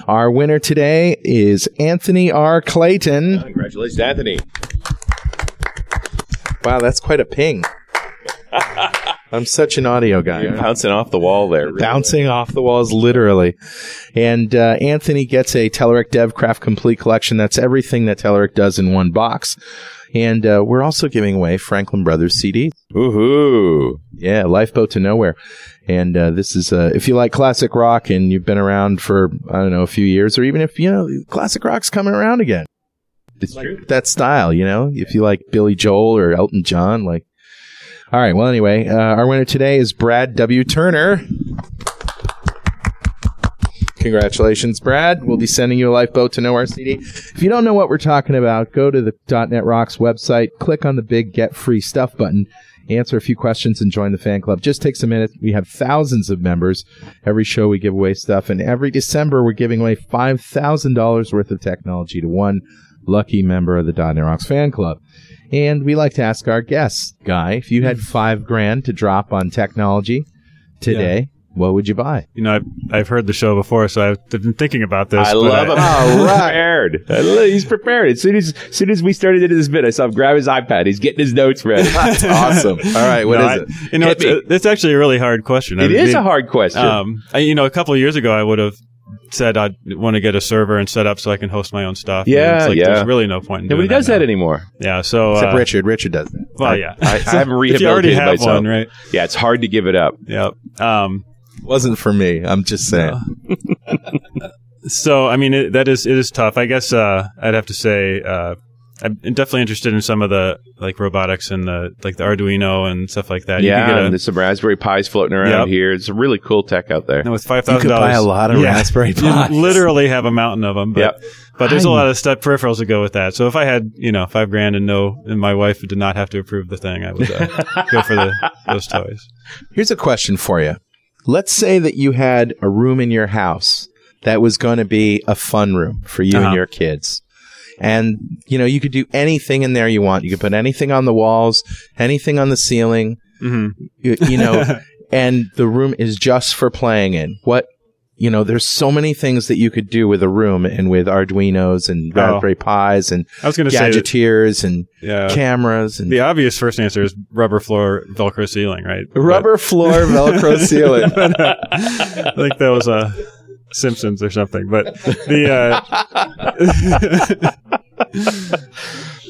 Speaker 2: Our winner today is Anthony R. Clayton.
Speaker 3: Congratulations, Anthony.
Speaker 2: Wow, that's quite a ping. I'm such an audio guy.
Speaker 3: Bouncing off the wall there.
Speaker 2: Bouncing off the walls, literally. And uh, Anthony gets a Telerik DevCraft Complete Collection. That's everything that Telerik does in one box. And uh, we're also giving away Franklin Brothers CD.
Speaker 3: Woohoo!
Speaker 2: Yeah, Lifeboat to Nowhere. And uh, this is, uh, if you like classic rock and you've been around for, I don't know, a few years, or even if, you know, classic rock's coming around again.
Speaker 3: It's true.
Speaker 2: that style, you know? If you like Billy Joel or Elton John, like. All right. Well, anyway, uh, our winner today is Brad W. Turner. Congratulations, Brad. We'll be sending you a lifeboat to Nowhere CD. If you don't know what we're talking about, go to the .NET Rocks website, click on the big Get Free Stuff button, answer a few questions, and join the fan club. Just takes a minute. We have thousands of members. Every show we give away stuff, and every December we're giving away $5,000 worth of technology to one lucky member of the .NET Rocks fan club. And we like to ask our guests, Guy, if you had five grand to drop on technology today, what would you buy?
Speaker 4: You know, I've, I've heard the show before, so I've been thinking about this.
Speaker 3: I
Speaker 4: but
Speaker 3: love him. He's
Speaker 2: right.
Speaker 3: prepared. I lo- He's prepared. As soon as, as soon as we started into this bit, I saw him grab his iPad. He's getting his
Speaker 2: (laughs)
Speaker 3: notes ready.
Speaker 2: awesome. All right, what
Speaker 4: No,
Speaker 2: is
Speaker 4: I-
Speaker 2: it?
Speaker 4: You know,
Speaker 3: Hit
Speaker 4: it's, it's actually a really hard question.
Speaker 3: it
Speaker 4: I
Speaker 3: is
Speaker 4: mean,
Speaker 3: a hard question.
Speaker 4: Um, I, you know, a couple of years ago, I would have said I'd want to get a server and set up so I can host my own stuff.
Speaker 3: Yeah,
Speaker 4: And it's like,
Speaker 3: yeah.
Speaker 4: There's really no point. In
Speaker 3: Nobody
Speaker 4: doing
Speaker 3: does that
Speaker 4: now. (laughs)
Speaker 3: anymore.
Speaker 4: Yeah. So, uh,
Speaker 2: Except Richard. Richard does that.
Speaker 4: well, yeah.
Speaker 3: (laughs) I, I haven't
Speaker 4: (laughs) if you already
Speaker 3: rehabilitated
Speaker 4: have
Speaker 3: myself.
Speaker 4: one, right?
Speaker 3: Yeah, it's hard to give it up.
Speaker 4: Yeah. Um,
Speaker 2: Wasn't for me. I'm just saying.
Speaker 4: so I mean it, that is it is tough. I guess uh, I'd have to say uh, I'm definitely interested in some of the like robotics and the like the Arduino and stuff like that.
Speaker 3: yeah,
Speaker 4: you can
Speaker 3: and
Speaker 4: get
Speaker 3: there's some Raspberry Pis floating around
Speaker 4: Yep.
Speaker 3: here. It's really cool tech out there.
Speaker 4: a, with five thousand dollars. yeah,
Speaker 2: Raspberry
Speaker 4: (laughs) You literally have a mountain of them. But,
Speaker 3: Yep.
Speaker 4: but there's a
Speaker 2: I'm-
Speaker 4: lot of stuff peripherals that go with that. So if I had you know five grand and no, and my wife did not have to approve the thing, I would uh, go for the those toys.
Speaker 2: Here's a question for you. Let's say that you had a room in your house that was going to be a fun room for you and
Speaker 4: Uh-huh.
Speaker 2: your kids. And, you know, you could do anything in there you want. You could put anything on the walls, anything on the ceiling,
Speaker 4: hmm
Speaker 2: you, you
Speaker 4: (laughs)
Speaker 2: know, and the room is just for playing in. What, you know, there's so many things that you could do with a room and with Arduinos and
Speaker 4: Oh.
Speaker 2: Raspberry Pis and
Speaker 4: I was going to say, that,
Speaker 2: gadgeteers and
Speaker 4: yeah.
Speaker 2: cameras and
Speaker 4: the obvious first answer is rubber floor, Velcro ceiling, right? But- (laughs)
Speaker 2: rubber floor, Velcro ceiling.
Speaker 4: I think that was uh, Simpsons or something. But the uh,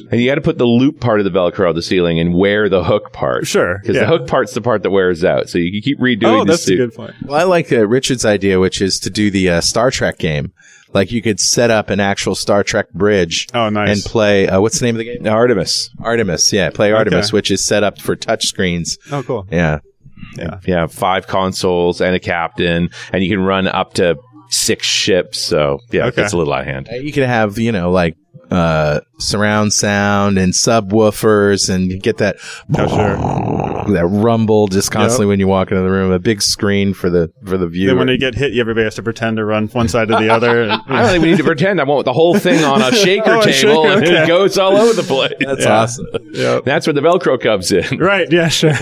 Speaker 3: And you got to put the loop part of the Velcro on the ceiling and wear the hook part.
Speaker 4: sure,
Speaker 3: Because the hook part's the part that wears out. So you can keep redoing
Speaker 4: oh,
Speaker 3: the
Speaker 4: that's a
Speaker 3: suit.
Speaker 4: good point.
Speaker 2: Well, I like uh, Richard's idea, which is to do the uh, Star Trek game. Like you could set up an actual Star Trek bridge
Speaker 4: Oh, nice.
Speaker 2: and play. Uh, what's the name of the game? Artemis. Artemis. Yeah, play Artemis, which is set up for touch screens.
Speaker 4: oh, cool.
Speaker 2: Yeah.
Speaker 3: Yeah, five consoles and a captain, and you can run up to six ships. So yeah,
Speaker 4: Okay.
Speaker 3: it's a little out of hand.
Speaker 2: Uh, You could have you know like uh, surround sound and subwoofers and get that
Speaker 4: Oh, sure.
Speaker 2: that rumble just constantly when you walk into the room. A big screen for the for the viewer.
Speaker 4: Then when they get hit, everybody has to pretend to run one side to the
Speaker 2: (laughs)
Speaker 4: other. and-
Speaker 3: I don't think we need to pretend. I want the whole thing on
Speaker 4: (laughs)
Speaker 3: a shaker
Speaker 4: Oh, a
Speaker 3: table,
Speaker 4: shaker,
Speaker 3: and
Speaker 4: okay.
Speaker 3: it goes all over the place.
Speaker 2: that's
Speaker 4: Yeah.
Speaker 2: awesome.
Speaker 4: Yep.
Speaker 3: That's where the Velcro comes
Speaker 4: (laughs)
Speaker 3: in.
Speaker 4: Right. Yeah. Sure.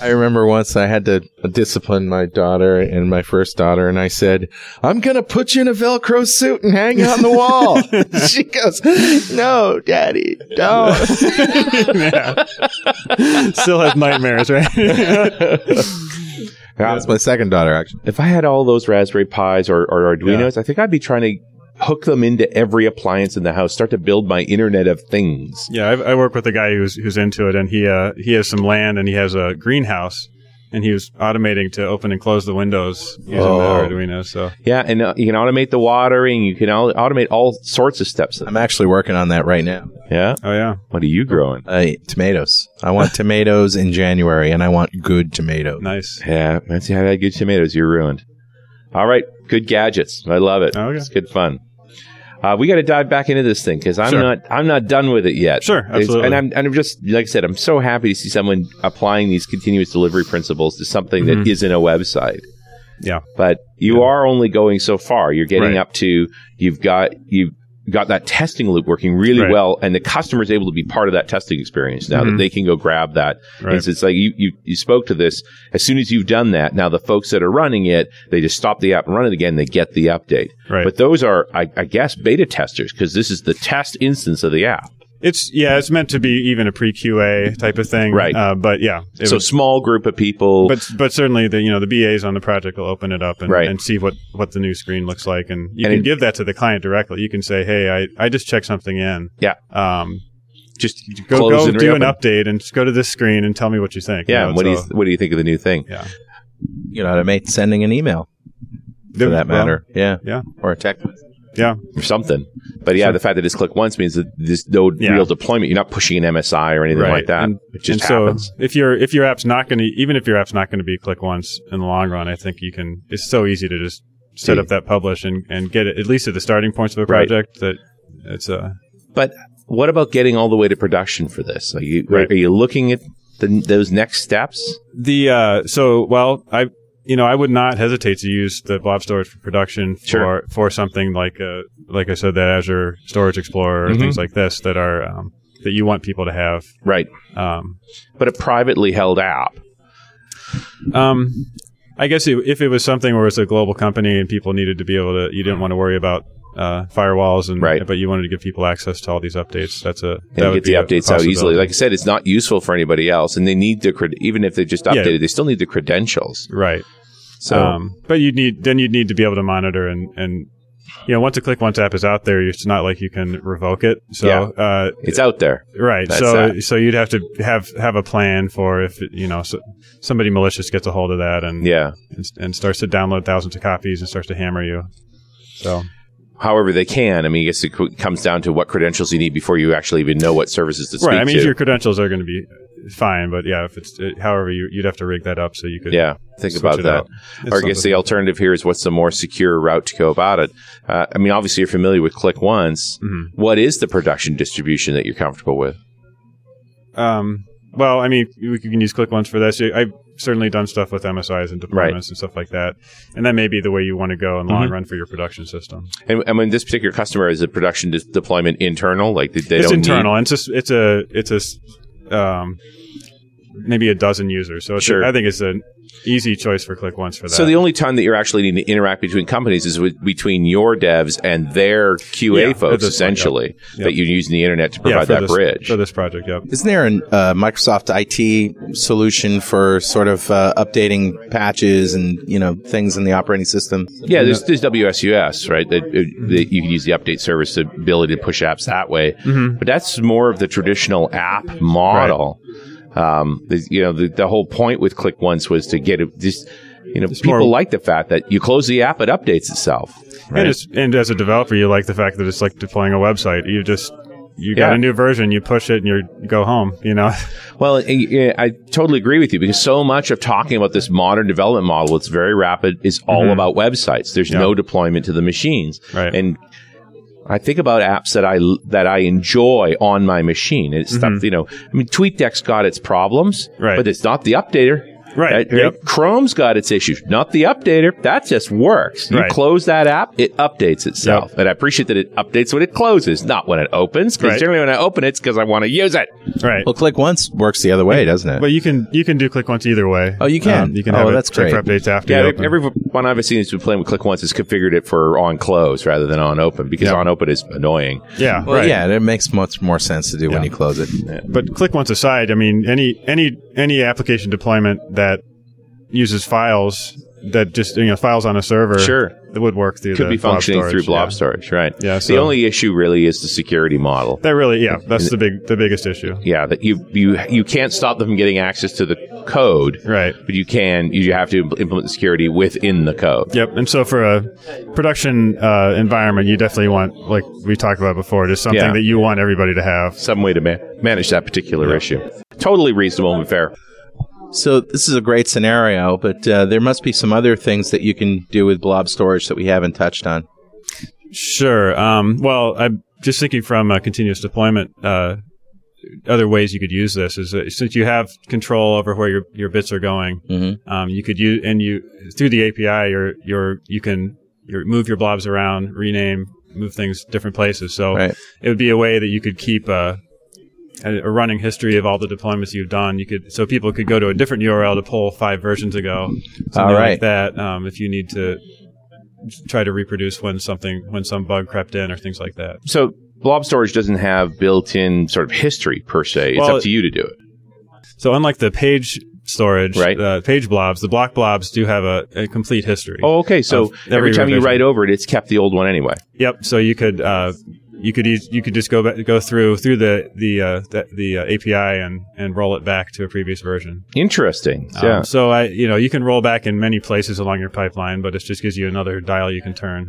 Speaker 2: I remember once I had to discipline my daughter and my first daughter, and I said, I'm going to put you in a Velcro suit and hang you on the (laughs) wall. she goes, No, daddy, don't.
Speaker 4: Yeah. Still have nightmares, right? (laughs)
Speaker 2: That's my second daughter, actually.
Speaker 3: If I had all those Raspberry Pis or, or Arduinos, I think I'd be trying to hook them into every appliance in the house, start to build my Internet of Things.
Speaker 4: Yeah, I, I work with a guy who's who's into it, and he uh, he has some land, and he has a greenhouse, and he was automating to open and close the windows using
Speaker 2: Oh.
Speaker 4: the Arduino. So
Speaker 3: Yeah, and uh, you can automate the watering. You can all, automate all sorts of steps.
Speaker 2: I'm actually working on that right now.
Speaker 3: Yeah.
Speaker 4: oh yeah,
Speaker 3: What are you growing?
Speaker 2: Uh, tomatoes. I want tomatoes in January, and I want good tomatoes.
Speaker 4: nice.
Speaker 3: Yeah, Nancy had good tomatoes. You're ruined. All right, good gadgets. I love it.
Speaker 4: Okay.
Speaker 3: It's good fun. Uh, we got to dive back into this thing because I'm
Speaker 4: Sure.
Speaker 3: not I'm not done with it yet.
Speaker 4: Sure,
Speaker 3: It's-
Speaker 4: absolutely.
Speaker 3: and I'm and I'm just like I said, I'm so happy to see someone applying these continuous delivery principles to something that
Speaker 4: Mhm.
Speaker 3: isn't a website.
Speaker 4: Yeah.
Speaker 3: but you are only going so far. You're getting
Speaker 4: Right.
Speaker 3: up to you've got you've got that testing loop working really
Speaker 4: Right.
Speaker 3: well, and the customer is able to be part of that testing experience now
Speaker 4: Mhm.
Speaker 3: that they can go grab that
Speaker 4: Right.
Speaker 3: it's, it's like you, you, you spoke to this. As soon as you've done that, now the folks that are running it, they just stop the app and run it again. They get the update.
Speaker 4: right.
Speaker 3: But those are, I, I guess, beta testers because this is the test instance of the app.
Speaker 4: It's yeah, it's meant to be even a pre QA type of thing,
Speaker 3: Right.
Speaker 4: Uh, but yeah, it
Speaker 3: so
Speaker 4: was-
Speaker 3: small group of people.
Speaker 4: but but certainly the you know the BAs on the project will open it up and,
Speaker 3: Right.
Speaker 4: and see what what the new screen looks like, and you
Speaker 3: And
Speaker 4: can
Speaker 3: it-
Speaker 4: give that to the client directly. You can say, hey, I I just checked something in.
Speaker 3: Yeah.
Speaker 4: Um,
Speaker 3: just
Speaker 4: go
Speaker 3: close
Speaker 4: go
Speaker 3: and
Speaker 4: do
Speaker 3: reopen.
Speaker 4: an update and just go to this screen and tell me what you think.
Speaker 3: yeah.
Speaker 4: You know,
Speaker 3: what do you
Speaker 4: so-
Speaker 3: What do you think of the new thing?
Speaker 4: yeah.
Speaker 2: You know, automate sending an email for that
Speaker 4: Well,
Speaker 2: matter. yeah.
Speaker 4: yeah.
Speaker 2: Or a text.
Speaker 4: Yeah.
Speaker 3: Or something. But yeah,
Speaker 4: Sure.
Speaker 3: the fact that it's click once means that there's no
Speaker 4: Yeah.
Speaker 3: real deployment. You're not pushing an MSI or anything
Speaker 4: Right.
Speaker 3: like that.
Speaker 4: And-
Speaker 3: it just
Speaker 4: and so
Speaker 3: happens.
Speaker 4: if your if your app's not going to even if your app's not going to be click once in the long run, I think you can. It's so easy to just set
Speaker 3: Yeah.
Speaker 4: up that publish and and get it at least at the starting points of a
Speaker 3: Right.
Speaker 4: project that it's uh, a
Speaker 3: But what about getting all the way to production for this? Are you
Speaker 4: Right.
Speaker 3: are you looking at the, those next steps?
Speaker 4: the uh so well i you know, I would not hesitate to use the blob storage for production for
Speaker 3: Sure.
Speaker 4: for something like uh, like I said, that Azure Storage Explorer or
Speaker 3: Mhm.
Speaker 4: things like this that are um, that you want people to have.
Speaker 3: Right.
Speaker 4: Um,
Speaker 3: But a privately held app.
Speaker 4: um, I guess it, if it was something where it's a global company and people needed to be able to, you didn't want to worry about uh, firewalls and
Speaker 3: Right.
Speaker 4: but you wanted to give people access to all these updates. That's a that
Speaker 3: and
Speaker 4: would
Speaker 3: get the
Speaker 4: be a
Speaker 3: updates out easily.
Speaker 4: possibility.
Speaker 3: Like I said, it's not useful for anybody else, and they need the cred- even if they just
Speaker 4: Yeah.
Speaker 3: updated, they still need the credentials.
Speaker 4: right.
Speaker 3: So
Speaker 4: um, but you'd need then you'd need to be able to monitor and and you know once a click once app is out there, it's not like you can revoke it. So
Speaker 3: Yeah.
Speaker 4: uh,
Speaker 3: it's out there.
Speaker 4: right,
Speaker 3: That's
Speaker 4: so
Speaker 3: that.
Speaker 4: so you'd have to have have a plan for if you know so, somebody malicious gets a hold of that and
Speaker 3: Yeah.
Speaker 4: and, and starts to download thousands of copies and starts to hammer you. So
Speaker 3: However, they can. I mean, I guess it co- comes down to what credentials you need before you actually even know what services to speak
Speaker 4: right, I mean
Speaker 3: to.
Speaker 4: your credentials are going to be fine, but yeah, if it's it, however you, you'd have to rig that up so you could
Speaker 3: yeah, think
Speaker 4: switch
Speaker 3: about
Speaker 4: it
Speaker 3: that.
Speaker 4: out. It's
Speaker 3: or I guess
Speaker 4: something.
Speaker 3: the alternative here is what's the more secure route to go about it? Uh, I mean, obviously you're familiar with Click Once.
Speaker 4: Mhm.
Speaker 3: What is the production distribution that you're comfortable with?
Speaker 4: Um, well, I mean, we can use click ones for this. I've certainly done stuff with MSIs and deployments
Speaker 3: Right. Mm-hmm.
Speaker 4: and stuff like that, and that may be the way you want to go in the long run for your production system.
Speaker 3: And I mean, this particular customer is the production dis- deployment internal, like they, they
Speaker 4: it's
Speaker 3: don't need-
Speaker 4: internal. and It's just it's a it's a s- um, maybe a dozen users. So it's a-
Speaker 3: Sure.
Speaker 4: I think it's an easy choice for click ones for that.
Speaker 3: So the only time that you're actually needing to interact between companies is with, between your devs and their QA
Speaker 4: Yeah, at
Speaker 3: folks,
Speaker 4: this point,
Speaker 3: essentially,
Speaker 4: yeah.
Speaker 3: that you're using the internet to
Speaker 4: Yeah,
Speaker 3: provide
Speaker 4: for
Speaker 3: that
Speaker 4: this-
Speaker 3: bridge.
Speaker 4: for this project. Yep.
Speaker 5: Isn't there a uh, Microsoft IT solution for sort of uh, updating patches and you know things in the operating system?
Speaker 3: yeah, there's, there's WSUS, right? That, uh, that you can use the update service to ability to push apps that way. But that's more of the traditional app model. Um, the, you know, the, the whole point with Click Once was to get it just. You know, people
Speaker 4: more-
Speaker 3: like the fact that you close the app, it updates itself. Right?
Speaker 4: And, it's, and as a developer, you like the fact that it's like deploying a website. You just you got
Speaker 3: Yeah.
Speaker 4: a new version, you push it, and you go home. You know. (laughs)
Speaker 3: Well, I- I I totally agree with you because so much of talking about this modern development model, it's very rapid, is all about websites. There's
Speaker 4: Mm-hmm. Yeah.
Speaker 3: no deployment to the machines,
Speaker 4: Right.
Speaker 3: and I think about apps that I l- that I enjoy on my machine. It's stuff you know. I mean, TweetDeck's got its problems,
Speaker 4: Mm-hmm. Right.
Speaker 3: But it's not the updater.
Speaker 4: Right, yep.
Speaker 3: Chrome's got its issues, not the updater. That just works. You
Speaker 4: Right.
Speaker 3: close that app, it updates itself. And I appreciate that it updates when it closes, not when it opens. Because
Speaker 4: Right.
Speaker 3: generally when I open it, it's because I want to use it.
Speaker 4: Right.
Speaker 5: Well, click once works the other way, doesn't it?
Speaker 4: But you can you can do click once either way. Um,
Speaker 5: Oh, you can?
Speaker 4: you can
Speaker 5: Oh,
Speaker 4: have it
Speaker 5: that's
Speaker 4: check for
Speaker 5: great.
Speaker 4: updates after.
Speaker 3: Yeah,
Speaker 4: you
Speaker 3: every
Speaker 4: open.
Speaker 3: everyone I've seen who's been playing with Click Once has configured it for on close rather than on open because on open is annoying.
Speaker 4: yeah,
Speaker 5: Well,
Speaker 4: right.
Speaker 5: yeah, it makes much more sense to do when you close it.
Speaker 4: But click once aside, I mean, any any any application deployment that uses files that just you know files on a server,
Speaker 3: Sure.
Speaker 4: that would work through
Speaker 3: Could
Speaker 4: the
Speaker 3: be
Speaker 4: blob
Speaker 3: functioning
Speaker 4: storage,
Speaker 3: through blob
Speaker 4: yeah.
Speaker 3: storage, right?
Speaker 4: Yeah,
Speaker 3: the
Speaker 4: so-
Speaker 3: only issue really is the security model.
Speaker 4: That really, yeah, that's the big the biggest issue,
Speaker 3: Yeah, that you you you can't stop them from getting access to the code,
Speaker 4: right?
Speaker 3: but you can you have to impl- implement security within the code.
Speaker 4: Yep. And so for a production uh, environment, you definitely want, like we talked about before, just something
Speaker 3: Yeah.
Speaker 4: that you want everybody to have.
Speaker 3: Some way to ma- manage that particular issue. Totally reasonable and fair.
Speaker 5: So this is a great scenario, but uh, there must be some other things that you can do with blob storage that we haven't touched on.
Speaker 4: Sure. Um, well, I'm just thinking from a continuous deployment. Uh, other ways you could use this is that since you have control over where your, your bits are going,
Speaker 5: Mhm.
Speaker 4: um, you could use and you through the API, you're, you're you can you move your blobs around, rename, move things different places. So
Speaker 5: Right.
Speaker 4: it would be a way that you could keep uh, a, a a running history of all the deployments you've done. You could so people could go to a different URL to pull five versions ago, something
Speaker 5: All right.
Speaker 4: like that. Um, if you need to try to reproduce when something when some bug crept in or things like that.
Speaker 3: So blob storage doesn't have built-in sort of history per se. It's
Speaker 4: Well,
Speaker 3: up to you to do it.
Speaker 4: So unlike the page storage,
Speaker 3: Right.
Speaker 4: uh, page blobs, the block blobs do have a, a complete history.
Speaker 3: Oh, okay. So
Speaker 4: Of every
Speaker 3: every time you
Speaker 4: revision.
Speaker 3: write over it, it's kept the old one anyway.
Speaker 4: Yep. So you could uh, you could use, you could just go back, go through through the the uh, the, the uh, API and and roll it back to a previous version.
Speaker 3: Interesting.
Speaker 4: Um,
Speaker 3: yeah.
Speaker 4: So I you know you can roll back in many places along your pipeline, but it just gives you another dial you can turn.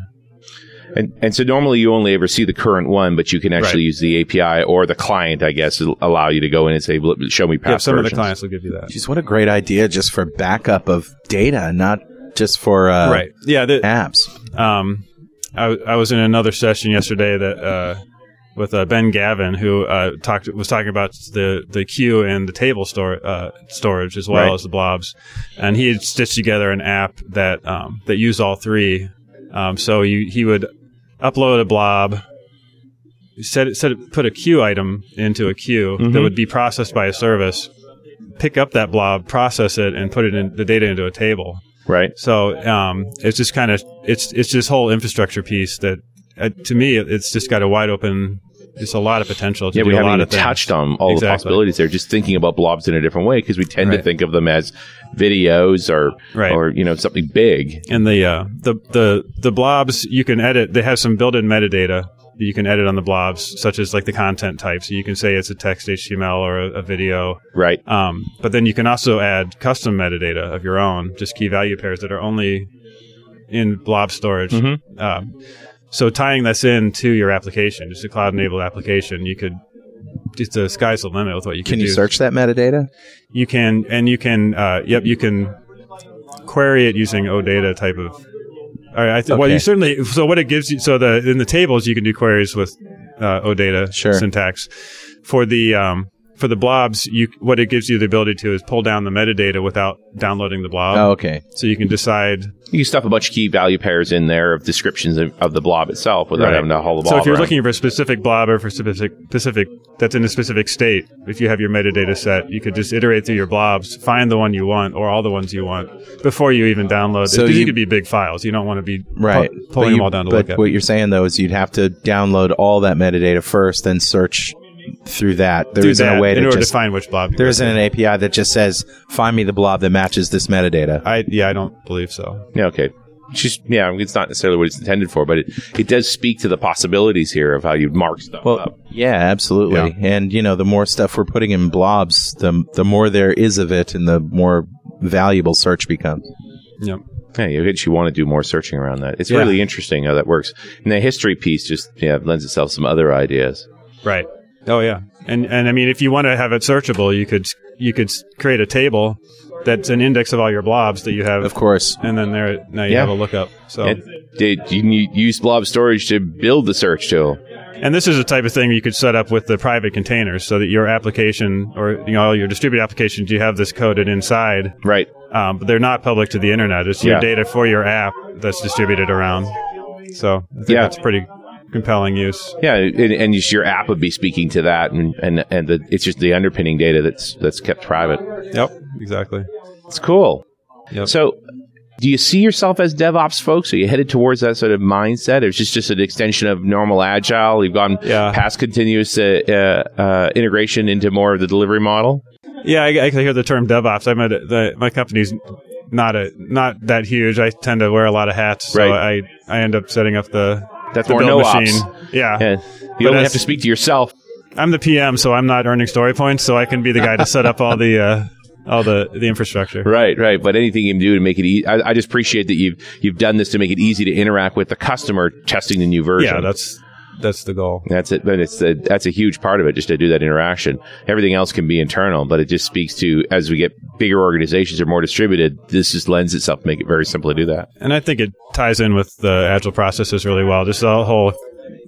Speaker 3: And, and so normally you only ever see the current one, but you can actually use
Speaker 4: Right.
Speaker 3: the API or the client, I guess, will allow you to go in and say, "Look, show me past
Speaker 4: Yep, some of the
Speaker 3: versions."
Speaker 4: clients will give you that.
Speaker 5: Geez, what a great idea just for backup of data, not just for uh,
Speaker 4: right. Yeah. The,
Speaker 5: apps.
Speaker 4: um, I, I was in another session yesterday that uh, with uh, Ben Gavin, who uh, talked was talking about the the queue and the table store uh, storage as well
Speaker 3: Right.
Speaker 4: as the blobs, and he had stitched together an app that um, that used all three. Um, so you, he would upload a blob, set, it- set it- put a queue item into a queue that
Speaker 3: Mhm.
Speaker 4: would be processed by a service, pick up that blob, process it, and put it in the data into a table.
Speaker 3: right?
Speaker 4: So um, it's just kind of it's it's this whole infrastructure piece that uh, to me it's just got a wide open, just a lot of potential. To
Speaker 3: Yeah,
Speaker 4: do
Speaker 3: we
Speaker 4: a
Speaker 3: haven't
Speaker 4: lot
Speaker 3: even
Speaker 4: of things.
Speaker 3: touched on all the
Speaker 4: Exactly.
Speaker 3: possibilities there. Just thinking about blobs in a different way because we tend to
Speaker 2: Right.
Speaker 3: think of them as videos or
Speaker 4: Right.
Speaker 3: or you know something big.
Speaker 4: and the uh, the the the blobs you can edit. They have some built-in metadata that you can edit on the blobs, such as like the content type. So you can say it's a text HTML or a, a video.
Speaker 3: Right.
Speaker 4: Um, but then you can also add custom metadata of your own, just key value pairs that are only in blob storage.
Speaker 3: Mhm.
Speaker 2: Mm-hmm.
Speaker 4: Um, so tying this in to your application, just a cloud-enabled application, you could just the sky's the limit with what you
Speaker 2: Can
Speaker 4: could
Speaker 2: you
Speaker 4: do. Um,
Speaker 2: search that metadata?
Speaker 4: You can and you can uh, yep you can query it using OData type of. All right, I th- well
Speaker 2: Okay.
Speaker 4: you certainly so what it gives you so the in the tables you can do queries with uh, OData
Speaker 2: Sure.
Speaker 4: syntax for the um, for the blobs you what it gives you the ability to is pull down the metadata without downloading the blob
Speaker 2: Oh, okay.
Speaker 4: so you can decide
Speaker 3: You can stuff a bunch of key value pairs in there of descriptions of, of the blob itself without
Speaker 4: Right.
Speaker 3: having to haul the blob.
Speaker 4: So if you're
Speaker 3: around.
Speaker 4: looking for a specific blob or for specific specific that's in a specific state, if you have your metadata set, you could just iterate through your blobs, find the one you want or all the ones you want before you even download.
Speaker 2: So
Speaker 4: So you,
Speaker 2: you-
Speaker 4: could be big files. You don't want to be pu-
Speaker 2: Right.
Speaker 4: pulling
Speaker 2: But
Speaker 4: them
Speaker 2: you-
Speaker 4: all down to
Speaker 2: but
Speaker 4: look at.
Speaker 5: What you're saying though is you'd have to download all that metadata first, then search through that. There
Speaker 4: Do
Speaker 5: not
Speaker 4: that
Speaker 5: a way
Speaker 4: in
Speaker 5: to
Speaker 4: order
Speaker 5: just
Speaker 4: to find which blob. you
Speaker 5: there
Speaker 4: want.
Speaker 5: isn't an API that just says find me the blob that matches this metadata.
Speaker 4: I yeah, I don't believe so.
Speaker 3: Yeah, okay. She's yeah, I mean, it's not necessarily what it's intended for, but it, it does speak to the possibilities here of how you'd mark stuff
Speaker 5: Well,
Speaker 3: up.
Speaker 5: yeah, absolutely. And you know, the more stuff we're putting in blobs, the the more there is of it, and the more valuable search becomes.
Speaker 4: Yep.
Speaker 3: Yeah, you actually want to do more searching around that. It's
Speaker 4: Yeah.
Speaker 3: really interesting how that works. And the history piece just yeah lends itself to some other ideas.
Speaker 4: Right. Oh yeah. And and I mean, if you want to have it searchable, you could you could s- create a table that's an index of all your blobs that you have,
Speaker 5: Of course,
Speaker 4: and then there now you
Speaker 3: Yeah.
Speaker 4: have a lookup. So
Speaker 3: And did you need- use blob storage to build the search tool?
Speaker 4: And this is the type of thing you could set up with the private containers so that your application or you know all your distributed applications, you have this coded inside,
Speaker 3: Right.
Speaker 4: um, but they're not public to the internet. It's
Speaker 3: Yeah.
Speaker 4: your data for your app that's distributed around. So I think
Speaker 3: Yeah.
Speaker 4: that's pretty compelling use.
Speaker 3: Yeah, and, and just your app would be speaking to that, and and and the, it's just the underpinning data that's that's kept private.
Speaker 4: Yep, exactly.
Speaker 3: It's cool.
Speaker 4: Yep.
Speaker 3: So, do you see yourself as DevOps folks? Are you headed towards that sort of mindset? Or is just just an extension of normal agile? You've gone
Speaker 4: Yeah.
Speaker 3: past continuous uh, uh, uh, integration into more of the delivery model.
Speaker 4: Yeah, I, I hear the term DevOps. I'm at the, my company's not a not that huge. I tend to wear a lot of hats, so
Speaker 3: Right.
Speaker 4: I I end up setting up the
Speaker 3: That's
Speaker 4: the
Speaker 3: more
Speaker 4: build
Speaker 3: no
Speaker 4: machine.
Speaker 3: ops.
Speaker 4: Yeah.
Speaker 3: Yeah.
Speaker 4: But
Speaker 3: You only have
Speaker 4: that's-
Speaker 3: to speak to yourself.
Speaker 4: I'm the PM, so I'm not earning story points, so I can be the guy to set up all the uh, all the the infrastructure.
Speaker 3: Right, right. But anything you can do to make it easy, I, I just appreciate that you've you've done this to make it easy to interact with the customer testing the new version.
Speaker 4: Yeah, that's that's the goal.
Speaker 3: That's it, but it's a, that's a huge part of it. Just to do that interaction, everything else can be internal, but it just speaks to as we get bigger organizations or more distributed, this just lends itself to make it very simple to do that.
Speaker 4: And I think it ties in with the agile processes really well. Just the whole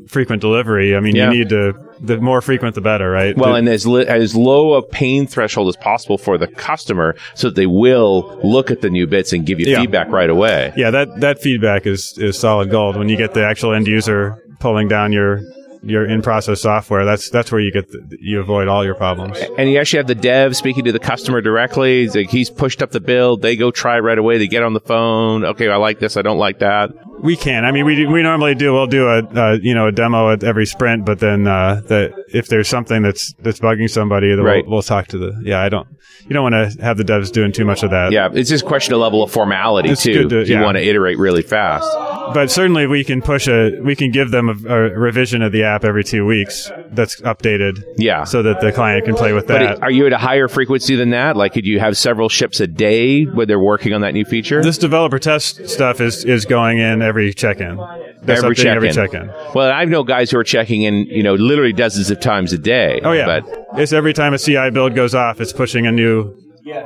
Speaker 4: frequent delivery. I mean,
Speaker 3: Yeah.
Speaker 4: you need to the more frequent the better, right?
Speaker 3: Well,
Speaker 4: The-
Speaker 3: and as li- as low a pain threshold as possible for the customer, so that they will look at the new bits and give you
Speaker 4: Yeah.
Speaker 3: feedback right away.
Speaker 4: yeah, that that feedback is is solid gold. When you get the actual end user pulling down your your in process software, that's that's where you get the, you avoid all your problems.
Speaker 3: And you actually have the dev speaking to the customer directly. He's, like, he's pushed up the build. They go try right away. They get on the phone. Okay, I like this. I don't like that.
Speaker 4: We can. I mean, we do, we normally do. We'll do a uh, you know a demo at every sprint, but then uh, the, if there's something that's that's bugging somebody, then
Speaker 3: Right.
Speaker 4: we'll, we'll talk to the. Yeah, I don't. You don't want to have the devs doing too much of that.
Speaker 3: Yeah, it's just a question of level of formality
Speaker 4: It's
Speaker 3: too.
Speaker 4: good to-
Speaker 3: You
Speaker 4: yeah.
Speaker 3: want to iterate really fast.
Speaker 4: But certainly we can push a. We can give them a, a revision of the app every two weeks. That's updated.
Speaker 3: Yeah.
Speaker 4: So that the client can play with
Speaker 3: But
Speaker 4: that.
Speaker 3: it- are you at a higher frequency than that? Like, could you have several ships a day when they're working on that new feature?
Speaker 4: this developer test stuff is is going in every check-in. That's
Speaker 3: Every
Speaker 4: updating Every
Speaker 3: check-in.
Speaker 4: check-in.
Speaker 3: well, I know guys who are checking in, you know, literally dozens of times a day.
Speaker 4: Oh yeah,
Speaker 3: But
Speaker 4: it's every time a CI build goes off, it's pushing a new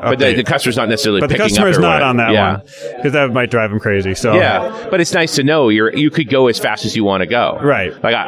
Speaker 3: But the, the customer's not necessarily.
Speaker 4: but the
Speaker 3: picking up
Speaker 4: customer's
Speaker 3: or
Speaker 4: not
Speaker 3: whatever.
Speaker 4: on that
Speaker 3: yeah.
Speaker 4: one because that might drive them crazy. So
Speaker 3: Yeah, but it's nice to know you are you could go as fast as you want to go.
Speaker 4: Right.
Speaker 3: Like I,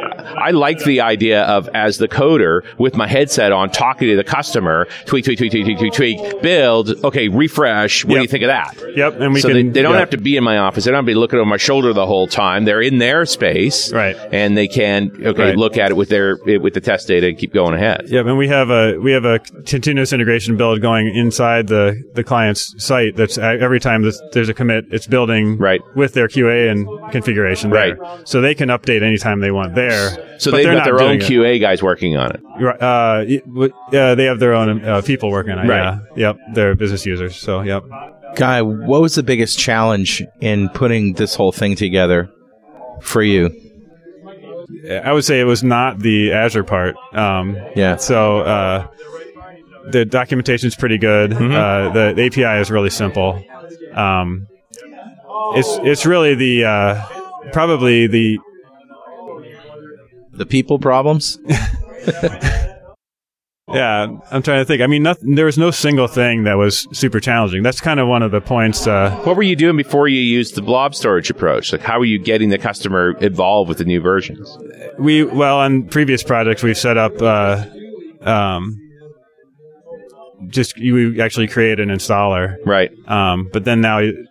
Speaker 3: I liked the idea of as the coder with my headset on talking to the customer, tweak, tweak, tweak, tweak, tweak, tweak, tweak build. Okay, refresh. What do
Speaker 4: Yep.
Speaker 3: you think of that?
Speaker 4: Yep, and we
Speaker 3: so
Speaker 4: can.
Speaker 3: they, they don't
Speaker 4: yeah.
Speaker 3: have to be in my office. They don't have to be looking over my shoulder the whole time. They're in their space,
Speaker 4: Right.
Speaker 3: And they can okay
Speaker 4: Right.
Speaker 3: look at it with their with the test data and keep going ahead.
Speaker 4: Yep, and we have a we have a continuous integration build going inside the the client's site. That's a- every time this, there's a commit, it's building
Speaker 3: Right.
Speaker 4: with their QA and configuration. there.
Speaker 3: Right.
Speaker 4: so they can update anytime they want there.
Speaker 3: So
Speaker 4: but
Speaker 3: they've
Speaker 4: they're
Speaker 3: got
Speaker 4: not
Speaker 3: their own
Speaker 4: doing it.
Speaker 3: QA guys working on it.
Speaker 4: You're right. Uh, y- w- yeah, they have their own uh, people working on it.
Speaker 3: Right.
Speaker 4: Yeah. Yep, they're business users. So yep.
Speaker 5: Guy, what was the biggest challenge in putting this whole thing together for you?
Speaker 4: I would say it was not the Azure part. Um,
Speaker 5: Yeah.
Speaker 4: So uh, the documentation is pretty good. Uh, the, the API is really simple. Um, it's it's really the uh, probably the
Speaker 5: The people
Speaker 4: (laughs)
Speaker 5: problems?
Speaker 4: yeah. I'm trying to think. I mean, nothing, there was no single thing that was super challenging. That's kind of one of the points. Uh,
Speaker 3: What were you doing before you used the blob storage approach? Like, how are you getting the customer involved with the new versions?
Speaker 4: we well on previous projects we've set up. Uh, um, just you we actually create an installer
Speaker 3: Right.
Speaker 4: Um, but then now, you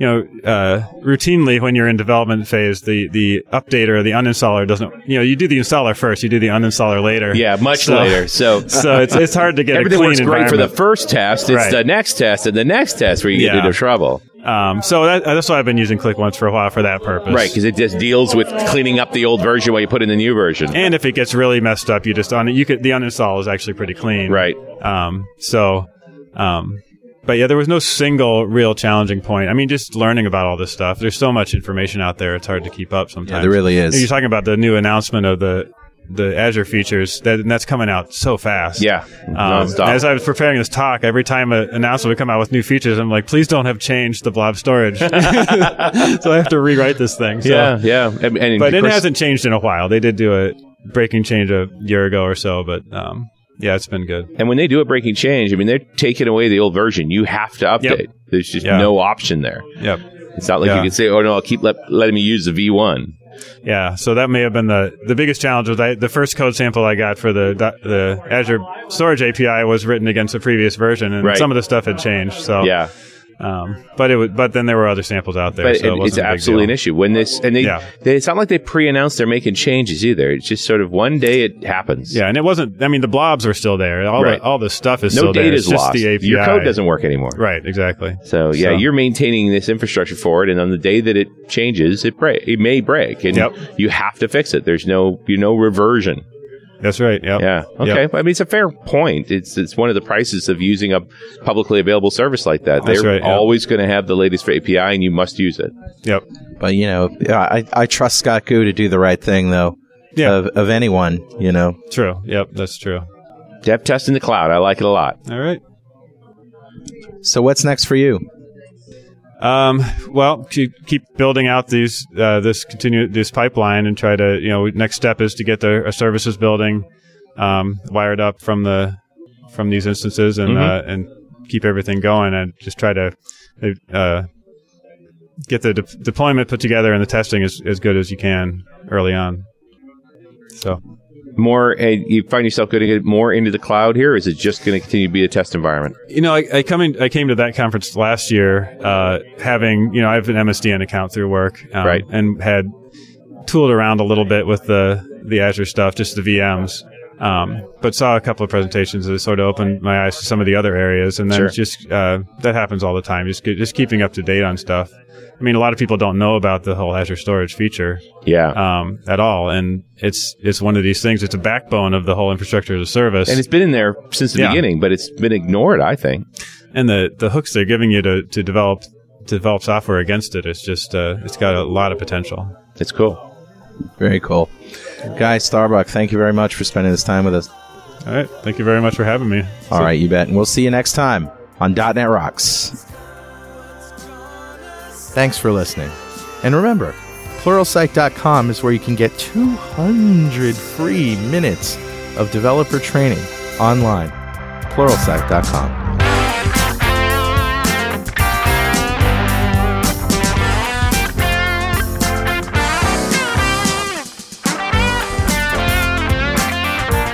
Speaker 4: know, uh, routinely when you're in development phase, the, the updater or the uninstaller doesn't, you know, you do the installer first, you do the uninstaller later.
Speaker 3: Yeah, much
Speaker 4: So-
Speaker 3: later. So
Speaker 4: (laughs) So it's, it's hard to get
Speaker 3: everything
Speaker 4: a clean
Speaker 3: works great for the
Speaker 4: environment.
Speaker 3: first test. It's
Speaker 4: Right.
Speaker 3: the next test and the next test where you get
Speaker 4: Yeah.
Speaker 3: into trouble.
Speaker 4: um, so that, that's why I've been using ClickOnce for a while for that purpose.
Speaker 3: Right, because it just deals with cleaning up the old version while you put in the new version.
Speaker 4: and if it gets really messed up, you just on you could the uninstall is actually pretty clean.
Speaker 3: Right.
Speaker 4: Um, so, um, but yeah, there was no single real challenging point. I mean, just learning about all this stuff. There's so much information out there; it's hard to keep up sometimes.
Speaker 5: Yeah, there really is.
Speaker 4: You're talking about the new announcement of the the Azure features that and that's coming out so fast.
Speaker 3: Yeah,
Speaker 4: Um,
Speaker 3: nonstop.
Speaker 4: as I was preparing this talk, every time an announcement would come out with new features, I'm like, please don't have changed the blob storage. (laughs) so I have to rewrite this thing. So.
Speaker 3: yeah, yeah. And, and
Speaker 4: But
Speaker 3: of
Speaker 4: it
Speaker 3: course-
Speaker 4: hasn't changed in a while. They did do a breaking change a year ago or so, but um, yeah, it's been good.
Speaker 3: And when they do a breaking change, I mean, they're taking away the old version. You have to update.
Speaker 4: Yep.
Speaker 3: There's just
Speaker 4: Yeah.
Speaker 3: no option there.
Speaker 4: Yep.
Speaker 3: It's not like you
Speaker 4: Yeah.
Speaker 3: can say, "Oh no, I'll keep let, letting me use the V1."
Speaker 4: Yeah, so that may have been the, the biggest challenge. Was I, the first code sample I got for the doc- the Azure Storage API was written against the previous version, and
Speaker 3: Right.
Speaker 4: some of the stuff had changed. So
Speaker 3: Yeah,
Speaker 4: Um, but it would, but then there were other samples out there.
Speaker 3: but
Speaker 4: so it
Speaker 3: it-
Speaker 4: wasn't
Speaker 3: it's
Speaker 4: a big
Speaker 3: absolutely an
Speaker 4: deal.
Speaker 3: issue when this and they,
Speaker 4: Yeah.
Speaker 3: they. It's not like they pre-announce they're making changes either. It's just sort of one day it happens.
Speaker 4: Yeah, and it wasn't. I mean, the blobs are still there. All
Speaker 3: Right.
Speaker 4: the all the stuff is
Speaker 3: no
Speaker 4: still
Speaker 3: data
Speaker 4: there. It's
Speaker 3: is
Speaker 4: just
Speaker 3: lost.
Speaker 4: the API.
Speaker 3: Your code doesn't work anymore.
Speaker 4: Right. Exactly.
Speaker 3: So yeah,
Speaker 4: So-
Speaker 3: you're maintaining this infrastructure for it, and on the day that it changes, it break it may break, and
Speaker 4: Yep.
Speaker 3: you have to fix it. There's no you no reversion.
Speaker 4: That's right. Yep.
Speaker 3: Yeah. Okay. I mean, it's a fair point. It's it's one of the prices of using a publicly available service like that.
Speaker 4: That's
Speaker 3: They're
Speaker 4: right, yeah.
Speaker 3: always going to have the latest for API, and you must use it.
Speaker 4: Yep.
Speaker 5: But, you know, I, I trust Scott Goo to do the right thing, though,
Speaker 4: Yeah.
Speaker 3: Uh,
Speaker 5: of, of anyone, you know.
Speaker 4: True. Yep. That's true.
Speaker 3: Dev test in the cloud. I like it a lot.
Speaker 4: All right.
Speaker 5: So, what's next for you?
Speaker 4: Um, well, to keep building out these uh, this continue this pipeline and try to you know next step is to get the a services building um, wired up from the from these instances and uh, and keep everything going and just try to uh, get the de- deployment put together and the testing as, as good as you can early on. So
Speaker 3: More, and you find yourself going to get more into the cloud here. Or is it just going to continue to be a test environment?
Speaker 4: you know, I, I come in, I came to that conference last year, uh, having you know I have an MSDN account through work, um,
Speaker 3: Right.
Speaker 4: and had tooled around a little bit with the the Azure stuff, just the VMs. Um, but saw a couple of presentations that sort of opened my eyes to some of the other areas, and then
Speaker 3: Sure.
Speaker 4: just uh, that happens all the time. Just ge- just keeping up to date on stuff. I mean, a lot of people don't know about the whole Azure storage feature
Speaker 3: Yeah.
Speaker 4: um, at all, and it's it's one of these things. It's a backbone of the whole infrastructure as a service.
Speaker 3: and it's been in there since the
Speaker 4: Yeah.
Speaker 3: beginning, but it's been ignored. I think.
Speaker 4: and the the hooks they're giving you to to develop to develop software against it it's just uh, it's got a lot of potential.
Speaker 3: It's cool.
Speaker 5: Very cool. Guy Starbuck, thank you very much for spending this time with us.
Speaker 4: All right, thank you very much for having me.
Speaker 5: All right, you bet. And we'll see you next time on .NET Rocks.
Speaker 6: Thanks for listening. And remember, pluralsight.com is where you can get 200 free minutes of developer training online. pluralsight.com.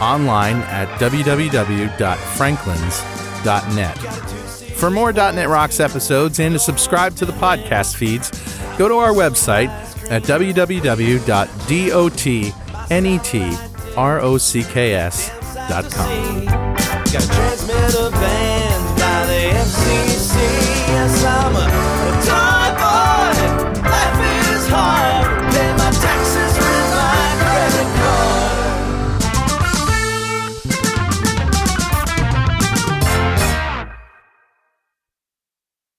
Speaker 6: Online at www.franklins.net. For more .NET Rocks episodes and to subscribe to the podcast feeds, go to our website at www.dotnetrocks.com.
Speaker 7: Gotta transmit a van.